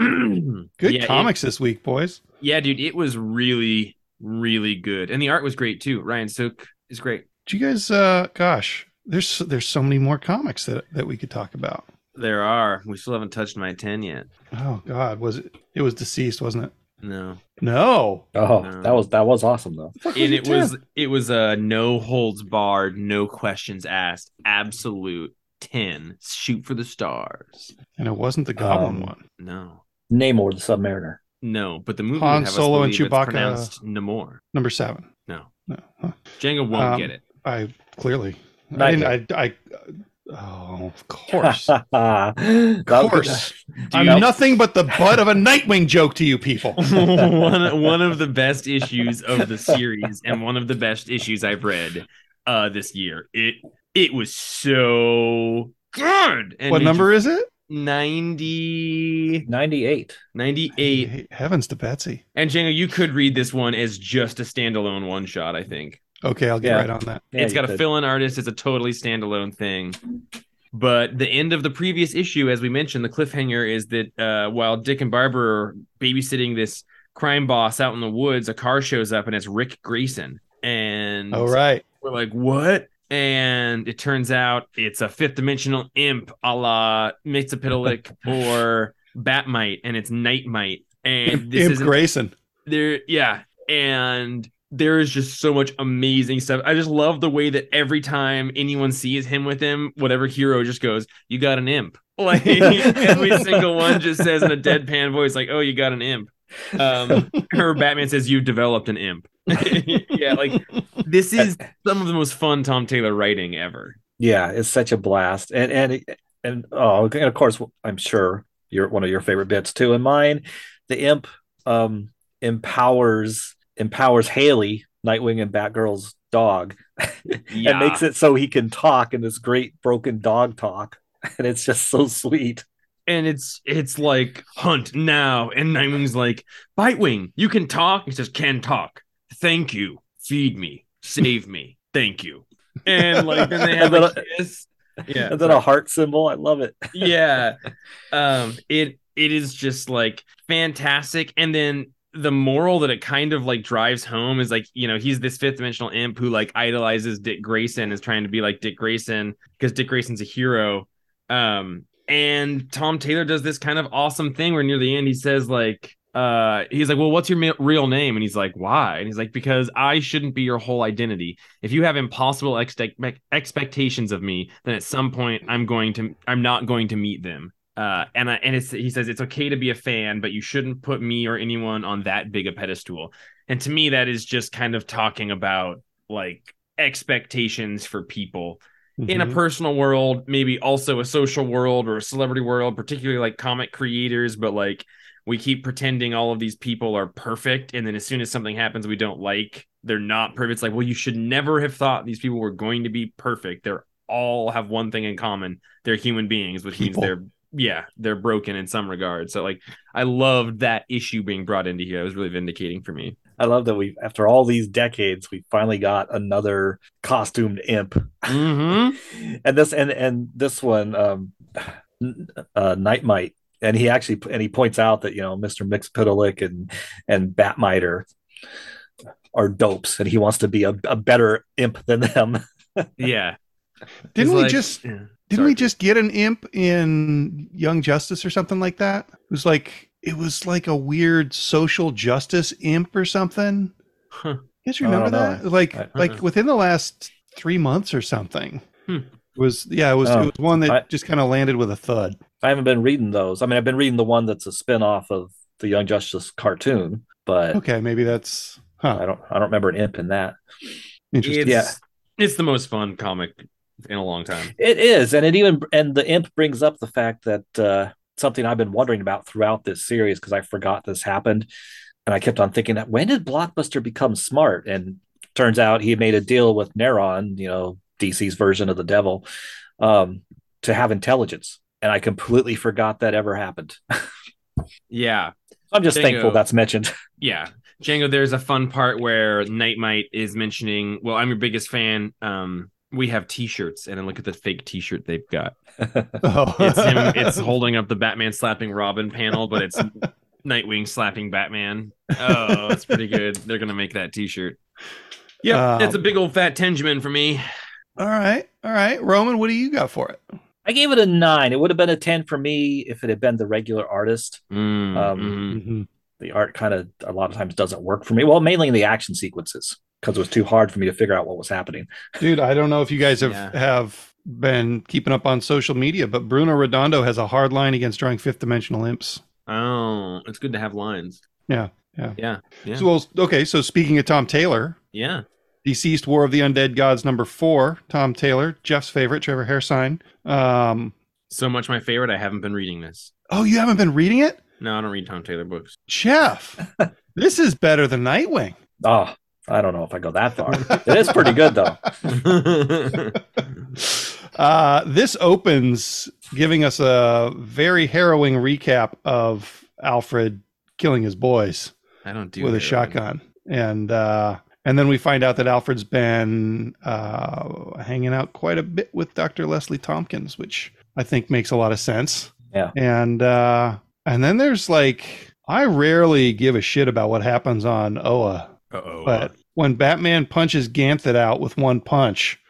[SPEAKER 3] Mm.
[SPEAKER 1] Good
[SPEAKER 2] Yeah, it-
[SPEAKER 1] comics this week, boys.
[SPEAKER 2] yeah dude it was really really good and the art was great too ryan sook is great
[SPEAKER 1] Do you guys? Uh, gosh, there's there's so many more comics that that we could talk about.
[SPEAKER 2] there are we still haven't touched my 10 yet
[SPEAKER 1] Oh God, was it? It was deceased, wasn't it?
[SPEAKER 2] no
[SPEAKER 1] No.
[SPEAKER 3] Oh,
[SPEAKER 2] No.
[SPEAKER 3] that was that was awesome though.
[SPEAKER 1] What the fuck
[SPEAKER 2] and
[SPEAKER 1] your
[SPEAKER 2] it was
[SPEAKER 1] 10?
[SPEAKER 2] it was a no holds barred, no questions asked, absolute ten. Shoot for the stars.
[SPEAKER 1] and it wasn't the Goblin
[SPEAKER 3] Um,
[SPEAKER 1] one.
[SPEAKER 2] No,
[SPEAKER 3] Namor the Submariner.
[SPEAKER 2] no, but the movie would
[SPEAKER 1] Han
[SPEAKER 2] have us
[SPEAKER 1] Solo and
[SPEAKER 2] believe it's
[SPEAKER 1] Chewbacca.
[SPEAKER 2] pronounced Namor.
[SPEAKER 1] Number seven.
[SPEAKER 2] No,
[SPEAKER 1] No, huh.
[SPEAKER 2] Django won't
[SPEAKER 1] Um,
[SPEAKER 2] get it.
[SPEAKER 1] I clearly. I
[SPEAKER 3] Right.
[SPEAKER 1] didn't. I. I oh, of course.
[SPEAKER 3] of
[SPEAKER 1] Of course. I'm
[SPEAKER 3] Dude.
[SPEAKER 1] nothing but the butt of a Nightwing joke to you people.
[SPEAKER 2] one one of the best issues of the series, and one of the best issues I've read uh this year. It it was so good. And
[SPEAKER 1] what number is it?
[SPEAKER 2] 90
[SPEAKER 3] Ninety-eight.
[SPEAKER 2] 98
[SPEAKER 1] Hey, heavens to Betsy.
[SPEAKER 2] And Django, you could read this one as just a standalone one shot, I think.
[SPEAKER 1] Okay, I'll get
[SPEAKER 3] Yeah.
[SPEAKER 1] right on that.
[SPEAKER 3] Yeah,
[SPEAKER 2] it's
[SPEAKER 3] you
[SPEAKER 2] got a
[SPEAKER 3] could.
[SPEAKER 2] fill in artist, it's a totally standalone thing. But the end of the previous issue, as we mentioned, the cliffhanger is that uh, while Dick and Barbara are babysitting this crime boss out in the woods, a car shows up and it's Rick Grayson. And
[SPEAKER 3] Oh,
[SPEAKER 1] All right.
[SPEAKER 2] we're like, what? And it turns out it's a fifth dimensional imp a la Mixapitalik or Batmite, and it's Nightmite. And this
[SPEAKER 1] Imp
[SPEAKER 2] is
[SPEAKER 1] Grayson.
[SPEAKER 2] there yeah and there is just so much amazing stuff i just love the way that every time anyone sees him with him whatever hero just goes you got an imp like every single one just says in a deadpan voice like oh you got an imp um her batman says you've developed an imp yeah like this is some of the most fun tom taylor writing ever
[SPEAKER 3] Yeah, it's such a blast, and and and oh, and of course, I'm sure you're one of your favorite bits too, and mine. The imp um empowers empowers Haley, Nightwing and Batgirl's dog,
[SPEAKER 2] yeah
[SPEAKER 3] and makes it so he can talk in this great broken dog talk, and it's just so sweet.
[SPEAKER 2] and it's it's like hunt now and nightwing's like bitewing you can talk he says can talk thank you feed me save me thank you and like then they have
[SPEAKER 3] And
[SPEAKER 2] a
[SPEAKER 3] then-
[SPEAKER 2] kiss. Yeah,
[SPEAKER 3] and then a heart symbol. I love it.
[SPEAKER 2] yeah um it it is just like fantastic and then the moral that it kind of like drives home is like you know he's this fifth dimensional imp who like idolizes dick grayson is trying to be like dick grayson because dick grayson's a hero um and tom taylor does this kind of awesome thing where near the end he says like uh he's like well what's your ma- real name and he's like why and he's like because i shouldn't be your whole identity if you have impossible exte- expectations of me then at some point i'm going to i'm not going to meet them uh and I, and it's he says it's okay to be a fan but you shouldn't put me or anyone on that big a pedestal and to me that is just kind of talking about like expectations for people in
[SPEAKER 1] Mm-hmm.
[SPEAKER 2] a personal world, maybe also a social world or a celebrity world, particularly like comic creators, but like we keep pretending all of these people are perfect. And then as soon as something happens we don't like, they're not perfect. It's like, well, you should never have thought these people were going to be perfect. They're all have one thing in common. They're human beings, which
[SPEAKER 1] People.
[SPEAKER 2] means they're yeah, they're broken in some regard. So like I loved that issue being brought into here. It was really vindicating for me.
[SPEAKER 3] I love that we, after all these decades, we finally got another costumed imp.
[SPEAKER 2] Mm-hmm.
[SPEAKER 3] And this, and and this one, um, uh, Nightmite, and he actually and he points out that you know Mister Mix Pitalik and and Batmiter are dopes, and he wants to be a, a better imp than them.
[SPEAKER 2] Yeah.
[SPEAKER 1] Didn't
[SPEAKER 2] It's
[SPEAKER 1] we
[SPEAKER 2] like-
[SPEAKER 1] just
[SPEAKER 2] yeah.
[SPEAKER 1] Didn't
[SPEAKER 2] Sorry,
[SPEAKER 1] we
[SPEAKER 2] Keith.
[SPEAKER 1] just get an imp in Young Justice or something like that? It was like it was like a weird social justice imp or something.
[SPEAKER 2] Huh. Oh,
[SPEAKER 1] You guys
[SPEAKER 3] I don't
[SPEAKER 1] remember
[SPEAKER 3] know.
[SPEAKER 1] that? Like
[SPEAKER 3] I-
[SPEAKER 1] like
[SPEAKER 2] uh-uh.
[SPEAKER 1] within the last three months or something.
[SPEAKER 2] Hmm.
[SPEAKER 1] Was yeah, it was
[SPEAKER 3] Oh.
[SPEAKER 1] it was one that
[SPEAKER 3] I-
[SPEAKER 1] just kind of landed with a thud.
[SPEAKER 3] I haven't been reading those. I mean, I've been reading the one that's a spin-off of the Young Justice cartoon, but
[SPEAKER 1] Okay, maybe that's
[SPEAKER 3] I
[SPEAKER 1] huh.
[SPEAKER 3] don't I don't remember an imp in that.
[SPEAKER 1] Interesting.
[SPEAKER 2] It's,
[SPEAKER 3] Yeah.
[SPEAKER 2] it's the most fun comic in a long time.
[SPEAKER 3] It is, and it even and the imp brings up the fact that uh something I've been wondering about throughout this series because I forgot this happened. And I kept on thinking that when did Blockbuster become smart? And turns out he made a deal with Neron, you know, DC's version of the devil, um, to have intelligence. And I completely forgot that ever happened.
[SPEAKER 2] Yeah.
[SPEAKER 3] I'm just
[SPEAKER 2] Bingo.
[SPEAKER 3] thankful that's mentioned.
[SPEAKER 2] Yeah. Django, there's a fun part where Nightmite is mentioning, well, I'm your biggest fan. Um, we have t-shirts and then look at the fake t-shirt they've got.
[SPEAKER 1] Oh.
[SPEAKER 2] It's him it's holding up the Batman slapping Robin panel, but it's Nightwing slapping Batman. Oh, that's pretty good. They're gonna make that t-shirt. Yeah,
[SPEAKER 1] Um,
[SPEAKER 2] that's a big old fat Tenjamin for me.
[SPEAKER 1] all right, all right. Roman, what do you got for it?
[SPEAKER 3] I gave it a nine. It would have been a 10 for me if it had been the regular artist.
[SPEAKER 2] Mm,
[SPEAKER 3] Um,
[SPEAKER 2] mhm.
[SPEAKER 3] The art kind of a lot of times doesn't work for me. Well, mainly in the action sequences because it was too hard for me to figure out what was happening.
[SPEAKER 1] Dude, I don't know if you guys have
[SPEAKER 2] Yeah.
[SPEAKER 1] have been keeping up on social media, but Bruno Redondo has a hard line against drawing fifth dimensional imps.
[SPEAKER 2] Oh, it's good to have lines. Yeah.
[SPEAKER 1] So, well, okay, so speaking of Tom Taylor,
[SPEAKER 2] Yeah.
[SPEAKER 1] Deceased War of the Undead Gods number four, Tom Taylor, Jeff's favorite, Trevor Hairsign. Um,
[SPEAKER 2] so much my favorite. I haven't been reading this.
[SPEAKER 1] oh, you haven't been reading it?
[SPEAKER 2] No, I don't read Tom Taylor books.
[SPEAKER 1] Jeff, this is better than Nightwing.
[SPEAKER 3] Oh, I don't know if I go that far. it is pretty good, though.
[SPEAKER 1] Uh, this opens giving us a very harrowing recap of Alfred killing his boys.
[SPEAKER 2] I don't do
[SPEAKER 1] with a
[SPEAKER 2] heroin.
[SPEAKER 1] shotgun, and uh, and then we find out that Alfred's been uh, hanging out quite a bit with Dr. Leslie Tompkins, which I think makes a lot of sense.
[SPEAKER 3] Yeah.
[SPEAKER 1] and uh, and then there's like I rarely give a shit about what happens on Oa,
[SPEAKER 2] Uh-oh.
[SPEAKER 1] but when Batman punches Ganthet out with one punch,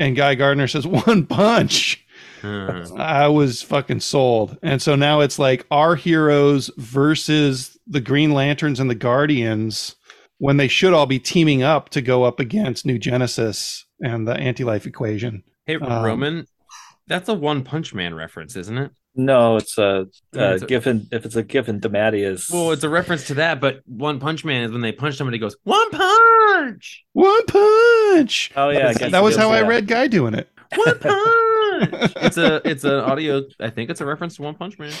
[SPEAKER 1] and Guy Gardner says one punch.
[SPEAKER 2] Uh,
[SPEAKER 1] I was fucking sold. And so now it's like our heroes versus the Green Lanterns and the Guardians when they should all be teaming up to go up against New Genesis and the anti life equation.
[SPEAKER 2] hey,
[SPEAKER 1] Um,
[SPEAKER 2] Roman, that's a One Punch Man reference, isn't it?
[SPEAKER 3] No, it's a,
[SPEAKER 2] Yeah,
[SPEAKER 3] a
[SPEAKER 2] it's a-
[SPEAKER 3] Giffen. If it's a Giffen, Damati is.
[SPEAKER 2] Well, it's a reference to that, but One Punch Man is when they punch somebody, it goes One Punch,
[SPEAKER 1] One punch.
[SPEAKER 3] Oh, yeah, I guess
[SPEAKER 1] that
[SPEAKER 3] it
[SPEAKER 1] was
[SPEAKER 3] is,
[SPEAKER 1] how I
[SPEAKER 3] yeah.
[SPEAKER 1] read Guy doing it.
[SPEAKER 2] One Punch. it's a it's an audio. I think it's a reference to One Punch Man.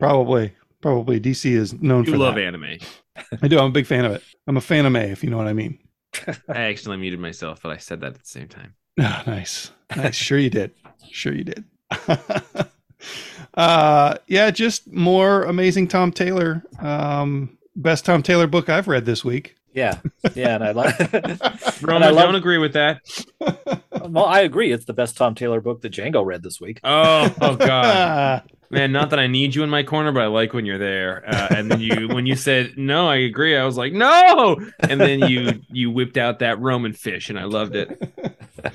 [SPEAKER 1] Probably. Probably DC is known
[SPEAKER 2] You
[SPEAKER 1] for
[SPEAKER 2] love
[SPEAKER 1] that.
[SPEAKER 2] anime.
[SPEAKER 1] I do. I'm a big fan of it. I'm a fan of May, if you know what I mean.
[SPEAKER 2] I accidentally muted myself, but I said that at the same time.
[SPEAKER 1] Ah, nice. Nice. Sure you did. Sure you did. uh yeah, just more amazing Tom Taylor. Um best Tom Taylor book I've read this week.
[SPEAKER 3] Yeah, yeah, and I like.
[SPEAKER 2] Roma,
[SPEAKER 3] I love-
[SPEAKER 2] don't agree with that.
[SPEAKER 3] well, I agree. It's the best Tom Taylor book that Django read this week.
[SPEAKER 2] Oh, oh god, man! Not that I need you in my corner, but I like when you're there. Uh, and then you, when you said no, I agree. I was like, no. And then you, you whipped out that Roman fish, and I loved it.
[SPEAKER 3] I-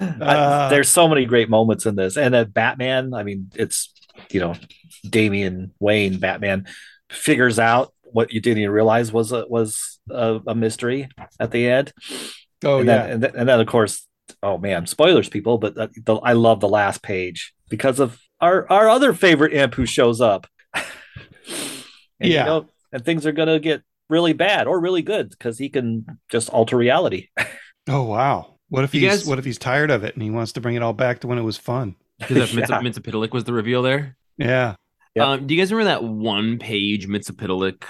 [SPEAKER 1] Uh,
[SPEAKER 3] there's so many great moments in this, and that Batman. I mean, it's you know, Damian Wayne Batman figures out what you didn't even realize was a was a, a mystery at the end.
[SPEAKER 1] oh
[SPEAKER 3] and
[SPEAKER 1] yeah.
[SPEAKER 3] then, and, then, and then of course, oh man, spoilers, people. But that, the, I love the last page because of our our other favorite imp who shows up. And, you
[SPEAKER 1] Yeah.
[SPEAKER 3] know, and things are gonna get really bad or really good because he can just alter reality.
[SPEAKER 1] oh wow. What if
[SPEAKER 2] You
[SPEAKER 1] he's
[SPEAKER 2] guys-
[SPEAKER 1] what if he's tired of it and he wants to bring it all back to when it was fun?
[SPEAKER 2] Because
[SPEAKER 3] Yeah.
[SPEAKER 2] Mitsa Mitsipitalik was the reveal there.
[SPEAKER 1] Yeah.
[SPEAKER 3] Yep.
[SPEAKER 2] Um, do you guys remember that one page Mitsipitalik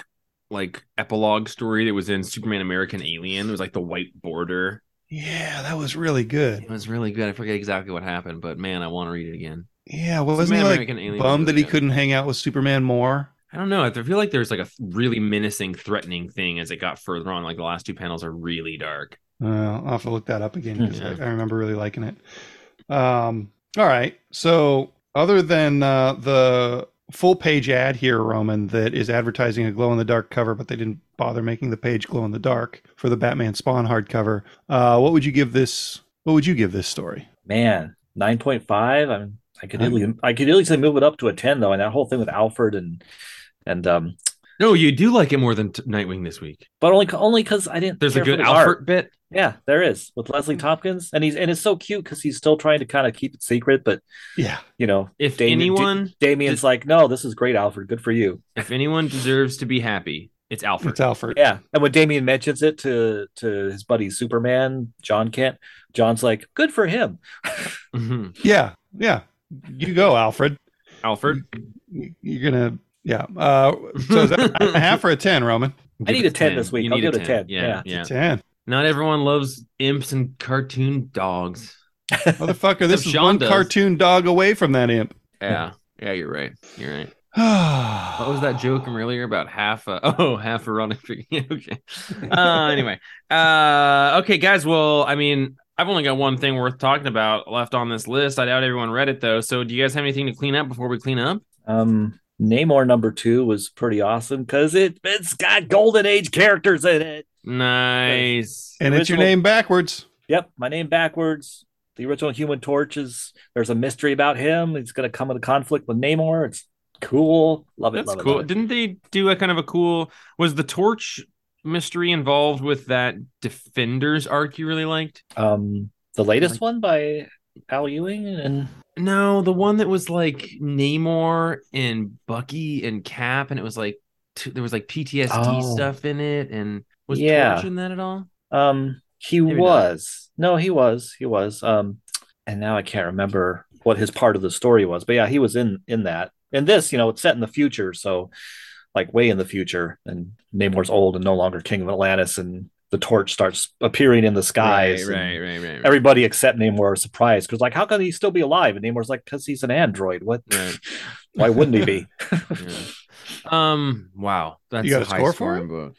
[SPEAKER 2] like epilogue story that was in Superman American Alien? It was like the white border.
[SPEAKER 1] Yeah, that was really good.
[SPEAKER 2] It was really good. I forget exactly what happened, but man, I want to read it again.
[SPEAKER 1] Yeah, well, wasn't
[SPEAKER 2] Superman
[SPEAKER 1] he like
[SPEAKER 2] American Alien was
[SPEAKER 1] bummed
[SPEAKER 2] really
[SPEAKER 1] that he
[SPEAKER 2] good.
[SPEAKER 1] couldn't hang out with Superman more?
[SPEAKER 2] I don't know. I feel like there's like a really menacing, threatening thing as it got further on. Like the last two panels are really dark.
[SPEAKER 1] Uh, I'll have to look that up again because
[SPEAKER 2] Yeah.
[SPEAKER 1] I, I remember really liking it. Um, all right. So, other than uh, the full page ad here, Roman, that is advertising a glow in the dark cover, but they didn't bother making the page glow in the dark for the Batman Spawn hardcover. Uh, what would you give this? What would you give this story?
[SPEAKER 3] man, nine point five. I'm I could easily I could easily move it up to a ten though, and that whole thing with Alfred and and um,
[SPEAKER 2] No, you do like it more than t- Nightwing this week.
[SPEAKER 3] but only only because I didn't.
[SPEAKER 2] There's a
[SPEAKER 3] care for
[SPEAKER 2] good
[SPEAKER 3] his
[SPEAKER 2] Alfred
[SPEAKER 3] art.
[SPEAKER 2] bit.
[SPEAKER 3] Yeah, there is with Leslie Tompkins, and he's and it's so cute because he's still trying to kind of keep it secret, but
[SPEAKER 1] Yeah.
[SPEAKER 3] you know,
[SPEAKER 2] If
[SPEAKER 3] Damien-
[SPEAKER 2] anyone,
[SPEAKER 3] Damien's
[SPEAKER 2] Just-
[SPEAKER 3] like, no, this is great, Alfred. Good for you.
[SPEAKER 2] if anyone deserves to be happy, it's Alfred.
[SPEAKER 1] It's Alfred.
[SPEAKER 3] Yeah, and when Damien mentions it to to his buddy Superman, John Kent, John's like, good for him.
[SPEAKER 2] Mhm.
[SPEAKER 1] Yeah. Yeah. You go, Alfred.
[SPEAKER 2] Alfred.
[SPEAKER 1] You- You're gonna. Yeah. Uh, so is that a half or a ten, Roman?
[SPEAKER 3] I
[SPEAKER 2] Give
[SPEAKER 3] need
[SPEAKER 2] it
[SPEAKER 3] a 10 this week.
[SPEAKER 2] You
[SPEAKER 3] I'll
[SPEAKER 2] need
[SPEAKER 3] give it a 10.
[SPEAKER 2] Yeah, yeah.
[SPEAKER 1] Ten.
[SPEAKER 2] Not everyone loves imps and cartoon dogs.
[SPEAKER 1] Motherfucker, this
[SPEAKER 2] Except
[SPEAKER 1] is
[SPEAKER 2] Sean
[SPEAKER 1] one
[SPEAKER 2] does.
[SPEAKER 1] cartoon dog away from that imp.
[SPEAKER 2] Yeah. Yeah, you're right. You're right. What
[SPEAKER 1] what
[SPEAKER 2] was that joke from earlier about half a oh half a Ronic figure? okay. Uh, anyway. Uh okay, guys. Well, I mean, I've only got one thing worth talking about left on this list. I doubt everyone read it though. So do you guys have anything to clean up before we clean up?
[SPEAKER 3] Um, Namor number two was pretty awesome because it it's got Golden Age characters in it.
[SPEAKER 2] Nice.
[SPEAKER 1] And it's your
[SPEAKER 3] original-
[SPEAKER 1] name backwards.
[SPEAKER 3] Yep, my name backwards. The original Human Torch is there's a mystery about him. He's going to come into conflict with Namor. It's cool. Love it.
[SPEAKER 2] That's
[SPEAKER 3] love
[SPEAKER 2] cool.
[SPEAKER 3] It, love it.
[SPEAKER 2] Didn't they do a kind of a cool was the torch mystery involved with that defenders arc you really liked?
[SPEAKER 3] Um, the latest one by Al Ewing and
[SPEAKER 2] No, the one that was like Namor and Bucky and Cap, and it was like t- there was like PTSD
[SPEAKER 3] Oh.
[SPEAKER 2] stuff in it, and was
[SPEAKER 3] Yeah.
[SPEAKER 2] Torch in that at all?
[SPEAKER 3] um he
[SPEAKER 2] Maybe not.
[SPEAKER 3] was no he was he was um and now I can't remember what his part of the story was, but yeah, he was in in that. And this, you know, it's set in the future, so like way in the future, and Namor's old and no longer king of Atlantis, and the torch starts appearing in the skies. and-
[SPEAKER 2] right, right, right, right.
[SPEAKER 3] everybody except Namor is surprised because like, how can he still be alive? And Namor's like, because he's an android. What?
[SPEAKER 2] Right.
[SPEAKER 3] Why wouldn't he be?
[SPEAKER 2] Yeah. Um. Wow, that's
[SPEAKER 1] got a
[SPEAKER 2] a high
[SPEAKER 1] score for
[SPEAKER 2] scoring
[SPEAKER 1] it?
[SPEAKER 2] book.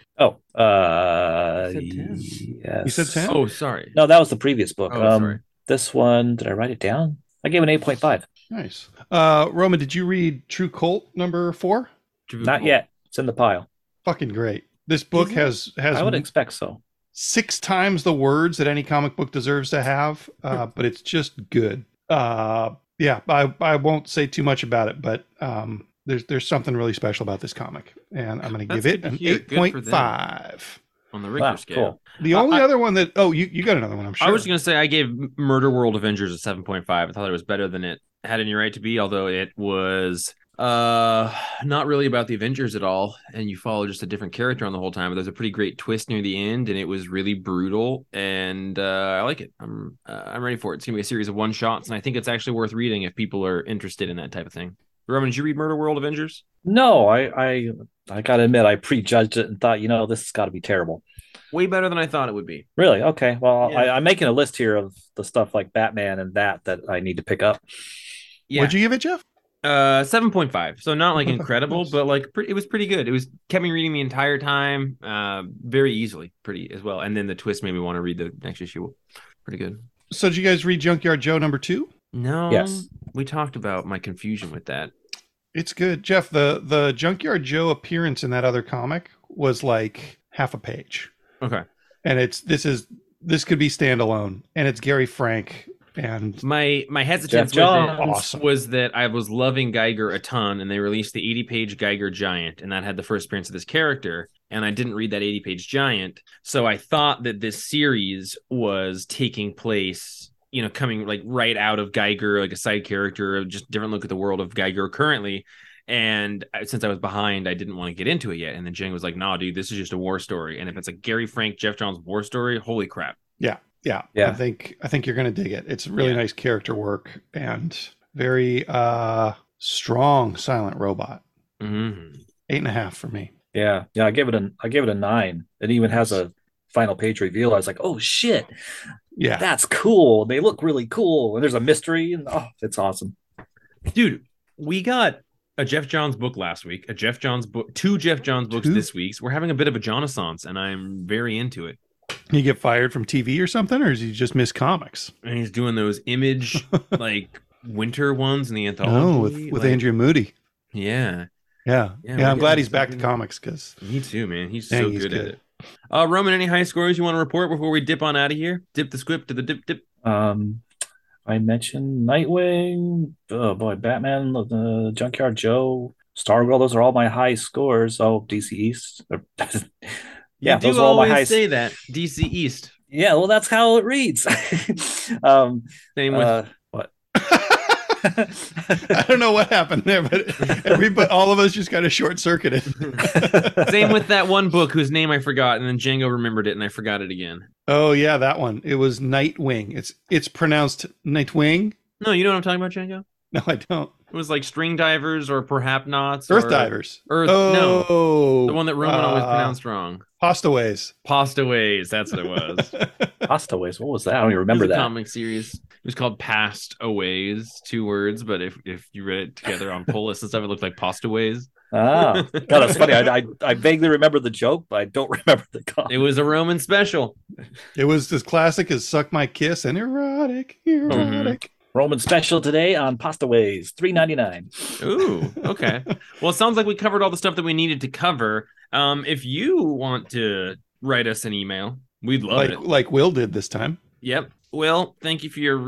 [SPEAKER 3] Oh, uh,
[SPEAKER 2] You said 10.
[SPEAKER 3] yes.
[SPEAKER 1] You said 10?
[SPEAKER 2] Oh, sorry.
[SPEAKER 3] No, that was the previous book.
[SPEAKER 2] Oh,
[SPEAKER 3] um,
[SPEAKER 2] sorry.
[SPEAKER 3] this one, did I write it down? I gave an eight point five.
[SPEAKER 1] Nice. Uh, Roman, did you read True Cult number four?
[SPEAKER 3] Not yet. It's in the pile.
[SPEAKER 1] Fucking great. This book
[SPEAKER 3] Isn't it?
[SPEAKER 1] has
[SPEAKER 3] I would
[SPEAKER 1] has
[SPEAKER 3] expect so.
[SPEAKER 1] six times the words that any comic book deserves to have,
[SPEAKER 2] Hmm.
[SPEAKER 1] uh, but it's just good. Uh, yeah, I, I won't say too much about it, but um, there's there's something really special about this comic, and I'm going to
[SPEAKER 2] That's
[SPEAKER 1] give it
[SPEAKER 2] good
[SPEAKER 1] an
[SPEAKER 2] to hear.
[SPEAKER 1] eight
[SPEAKER 2] Good for them.
[SPEAKER 1] point five.
[SPEAKER 2] on the Richter
[SPEAKER 3] Wow,
[SPEAKER 2] scale.
[SPEAKER 3] cool.
[SPEAKER 1] The
[SPEAKER 2] Uh,
[SPEAKER 1] only
[SPEAKER 2] I-
[SPEAKER 1] other one that oh you, you got another one I'm sure
[SPEAKER 2] I was gonna say I gave Murder World Avengers a seven point five. I thought it was better than it had any right to be, although it was uh not really about the Avengers at all, and you follow just a different character on the whole time. But there's a pretty great twist near the end, and it was really brutal, and uh, I like it. I'm uh, I'm ready for it. It's gonna be a series of one shots, and I think it's actually worth reading if people are interested in that type of thing. Roman, did you read Murder World Avengers?
[SPEAKER 3] No, I, I, I gotta admit, I prejudged it and thought, you know, this has got to be terrible.
[SPEAKER 2] Way better than I thought it would be.
[SPEAKER 3] Really? Okay. Well,
[SPEAKER 2] Yeah.
[SPEAKER 3] I, I'm making a list here of the stuff like Batman and that that I need to pick up.
[SPEAKER 2] Yeah,
[SPEAKER 1] What'd you give it, Jeff?
[SPEAKER 2] Uh, seven point five. So not like incredible, but like pretty, it was pretty good. It was kept me reading the entire time, uh, very easily, pretty as well. And then the twist made me want to read the next issue. Pretty good.
[SPEAKER 1] So did you guys read Junkyard Joe number two?
[SPEAKER 2] No.
[SPEAKER 3] Yes.
[SPEAKER 2] We talked about my confusion with that.
[SPEAKER 1] It's good, Jeff. the The Junkyard Joe appearance in that other comic was like half a page,
[SPEAKER 2] Okay.
[SPEAKER 1] and it's this is this could be standalone, and it's Gary Frank, and
[SPEAKER 2] My my hesitance with
[SPEAKER 3] Johns.
[SPEAKER 2] it
[SPEAKER 1] Awesome.
[SPEAKER 2] was that I was loving Geiger a ton, and they released the 80 page Geiger Giant, and that had the first appearance of this character. And I didn't read that 80 page Giant, so I thought that this series was taking place, you know, coming like right out of Geiger, like a side character, just different look at the world of Geiger currently. And I- since I was behind, I didn't want to get into it yet. And then Jang was like, "Nah, dude, this is just a war story. And if it's a Gary Frank, Jeff Johns war story, holy crap!"
[SPEAKER 1] yeah,
[SPEAKER 3] Yeah.
[SPEAKER 1] I think I think you're gonna dig it. It's really
[SPEAKER 2] Yeah.
[SPEAKER 1] nice character work and very uh strong silent robot.
[SPEAKER 2] hmm
[SPEAKER 1] Eight and a half for me.
[SPEAKER 3] Yeah, yeah, I give it a I give it a nine. It even has a final page reveal. I was like, oh shit,
[SPEAKER 1] Yeah,
[SPEAKER 3] that's cool. They look really cool, and there's a mystery, and oh, it's awesome.
[SPEAKER 2] dude we got a jeff johns book last week a jeff johns book two jeff johns books
[SPEAKER 1] Two?
[SPEAKER 2] this week we're having a bit of a jonasance and i'm very into it
[SPEAKER 1] you get fired from TV or something, or is he just miss comics?
[SPEAKER 2] and he's doing those image like winter ones in the anthology
[SPEAKER 1] No, with with
[SPEAKER 2] like-
[SPEAKER 1] Andrea Moody.
[SPEAKER 2] yeah
[SPEAKER 1] Yeah,
[SPEAKER 2] Yeah,
[SPEAKER 1] yeah.
[SPEAKER 2] we
[SPEAKER 1] I'm
[SPEAKER 2] got
[SPEAKER 1] glad
[SPEAKER 2] him
[SPEAKER 1] he's back to
[SPEAKER 2] fucking-
[SPEAKER 1] comics because
[SPEAKER 2] me too man he's
[SPEAKER 1] Dang,
[SPEAKER 2] so
[SPEAKER 1] he's
[SPEAKER 2] good, at
[SPEAKER 1] good.
[SPEAKER 2] it uh roman any high scores you want to report before we dip on out of here dip the script to the dip dip
[SPEAKER 3] Um, I mentioned Nightwing, oh boy, Batman, the Junkyard Joe, Stargirl. Those are all my high scores. Oh, DC East. yeah,
[SPEAKER 2] you do
[SPEAKER 3] those are all my
[SPEAKER 2] always
[SPEAKER 3] high.
[SPEAKER 2] say that dc east
[SPEAKER 3] Yeah, well, that's how it reads. um,
[SPEAKER 2] same with
[SPEAKER 3] uh, what?
[SPEAKER 1] I don't know what happened there, but everybody, all of us just got a short circuited.
[SPEAKER 2] same with that one book whose name i forgot and then django remembered it and i forgot it again
[SPEAKER 1] Oh yeah, that one. It was Nightwing. It's it's pronounced Nightwing.
[SPEAKER 2] no you know what i'm talking about django
[SPEAKER 1] No, I don't.
[SPEAKER 2] It was like string divers or perhaps nots.
[SPEAKER 1] Earth
[SPEAKER 2] or-
[SPEAKER 1] Divers.
[SPEAKER 2] Earth, no,
[SPEAKER 1] oh,
[SPEAKER 2] the one that Roman always
[SPEAKER 1] uh,
[SPEAKER 2] pronounced wrong.
[SPEAKER 1] Hostaways.
[SPEAKER 2] Pastaways. That's what it was. It was
[SPEAKER 3] Hostaways. What was that? I don't even remember
[SPEAKER 2] a
[SPEAKER 3] that.
[SPEAKER 2] comic series. It was called Past Aways, two words, but if if you read it together on pull lists and stuff, it looked like Pastaways.
[SPEAKER 3] Ah, God, that's funny. I, I I vaguely remember the joke, but I don't remember the
[SPEAKER 2] It
[SPEAKER 3] comic.
[SPEAKER 2] was a Roman special.
[SPEAKER 1] It was as classic as "Suck My Kiss" and erotic, erotic.
[SPEAKER 3] Roman special today on Pastaways, three ninety nine.
[SPEAKER 2] Ooh, Mm-hmm. okay. well, it sounds like we covered all the stuff that we needed to cover. Um, if you want to write us an email, we'd love
[SPEAKER 1] Like
[SPEAKER 2] it.
[SPEAKER 1] like Will did this time.
[SPEAKER 2] Yep. Well, thank you for your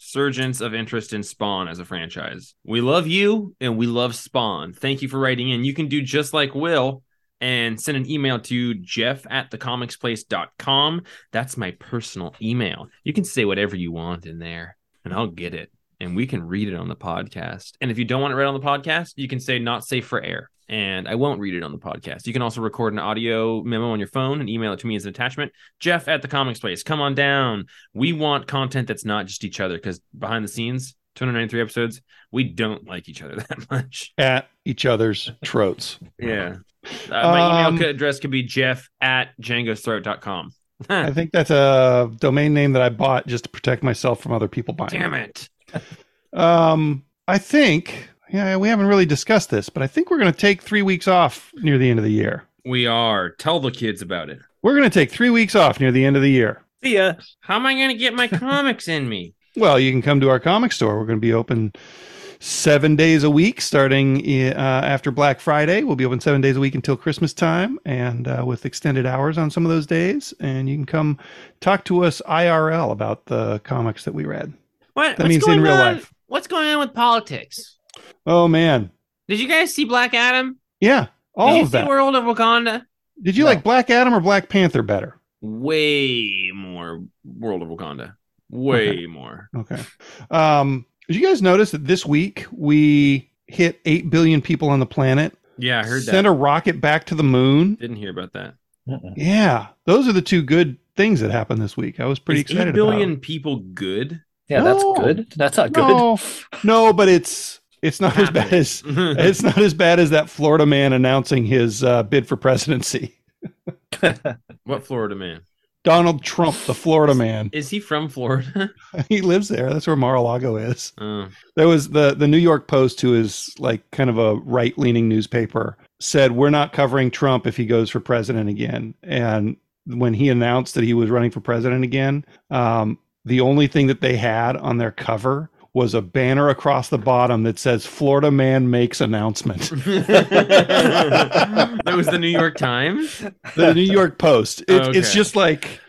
[SPEAKER 2] resurgence of interest in Spawn as a franchise. We love you and we love Spawn. Thank you for writing in. You can do just like Will and send an email to jeff at thecomicsplace.com. That's my personal email. You can say whatever you want in there and I'll get it and we can read it on the podcast. And if you don't want it read on the podcast, you can say not safe for air. And I won't read it on the podcast. You can also record an audio memo on your phone and email it to me as an attachment. Jeff at the comics place. Come on down. We want content that's not just each other because behind the scenes, 293 episodes, we don't like each other that much.
[SPEAKER 1] At each other's throats.
[SPEAKER 2] Yeah. Uh, my
[SPEAKER 1] Um,
[SPEAKER 2] email co- address could be jeff at django'sthroat.com.
[SPEAKER 1] I think that's a domain name that I bought just to protect myself from other people buying.
[SPEAKER 2] Damn it.
[SPEAKER 1] Um, I think, yeah, we haven't really discussed this, but I think we're going to take three weeks off near the end of the year.
[SPEAKER 2] We are. Tell the kids about it.
[SPEAKER 1] We're going to take three weeks off near the end of the year.
[SPEAKER 3] See ya.
[SPEAKER 2] How am I going to get my comics in me?
[SPEAKER 1] Well, you can come to our comic store. We're going to be open seven days a week starting uh, after Black Friday. We'll be open seven days a week until Christmas time and uh, with extended hours on some of those days. And you can come talk to us IRL about the comics that we read.
[SPEAKER 2] What,
[SPEAKER 1] That
[SPEAKER 2] what's
[SPEAKER 1] means in
[SPEAKER 2] going
[SPEAKER 1] real
[SPEAKER 2] on?
[SPEAKER 1] life.
[SPEAKER 2] What's going on with politics?
[SPEAKER 1] Oh, man.
[SPEAKER 2] Did you guys see Black Adam?
[SPEAKER 1] Yeah, all
[SPEAKER 2] Did you
[SPEAKER 1] of that.
[SPEAKER 2] see World of Wakanda?
[SPEAKER 1] Did you
[SPEAKER 3] No.
[SPEAKER 1] like Black Adam or Black Panther better?
[SPEAKER 2] Way more World of Wakanda. Way more.
[SPEAKER 1] Okay. Um, did you guys notice that this week we hit 8 billion people on the planet?
[SPEAKER 2] Yeah, I heard
[SPEAKER 1] Sent
[SPEAKER 2] that.
[SPEAKER 1] a rocket back to the moon.
[SPEAKER 2] Didn't hear about that.
[SPEAKER 3] Mm-mm.
[SPEAKER 1] Yeah. Those are the two good things that happened this week. I was pretty
[SPEAKER 2] Is
[SPEAKER 1] excited
[SPEAKER 2] Eight billion people good.
[SPEAKER 3] Yeah, that's
[SPEAKER 1] No.
[SPEAKER 3] good. That's not
[SPEAKER 1] about it.
[SPEAKER 3] good.
[SPEAKER 1] No, no, but it's it's not as bad as it's not as bad as that Florida man announcing his uh, bid for presidency.
[SPEAKER 2] what Florida man?
[SPEAKER 1] Donald Trump, the Florida man.
[SPEAKER 2] Is he from Florida?
[SPEAKER 1] He lives there. That's where Mar-a-Lago is.
[SPEAKER 2] Oh.
[SPEAKER 1] There was the the New York Post, who is like kind of a right leaning newspaper, said we're not covering Trump if he goes for president again. And when he announced that he was running for president again, um, the only thing that they had on their cover was a banner across the bottom that says "Florida man makes announcement."
[SPEAKER 2] that was the New York Times.
[SPEAKER 1] the New York Post. It, It's
[SPEAKER 2] Okay.
[SPEAKER 1] just like,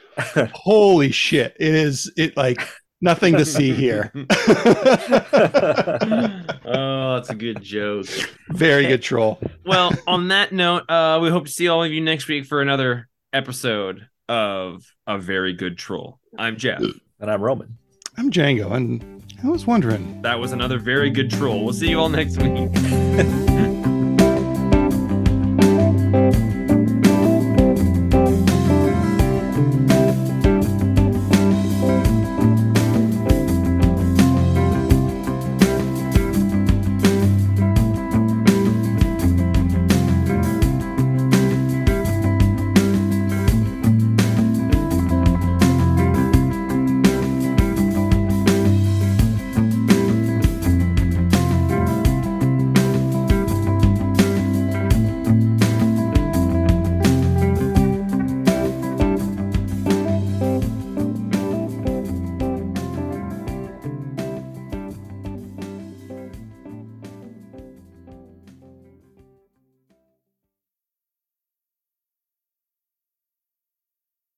[SPEAKER 1] holy shit! It is it like nothing to see here.
[SPEAKER 2] oh, that's a good joke.
[SPEAKER 1] Very good troll.
[SPEAKER 2] Well, on that note, uh, we hope to see all of you next week for another episode of A Very Good Troll. I'm Jeff.
[SPEAKER 3] and I'm Roman.
[SPEAKER 1] I'm Django, and I was wondering.
[SPEAKER 2] That was another very good troll. We'll see you all next week.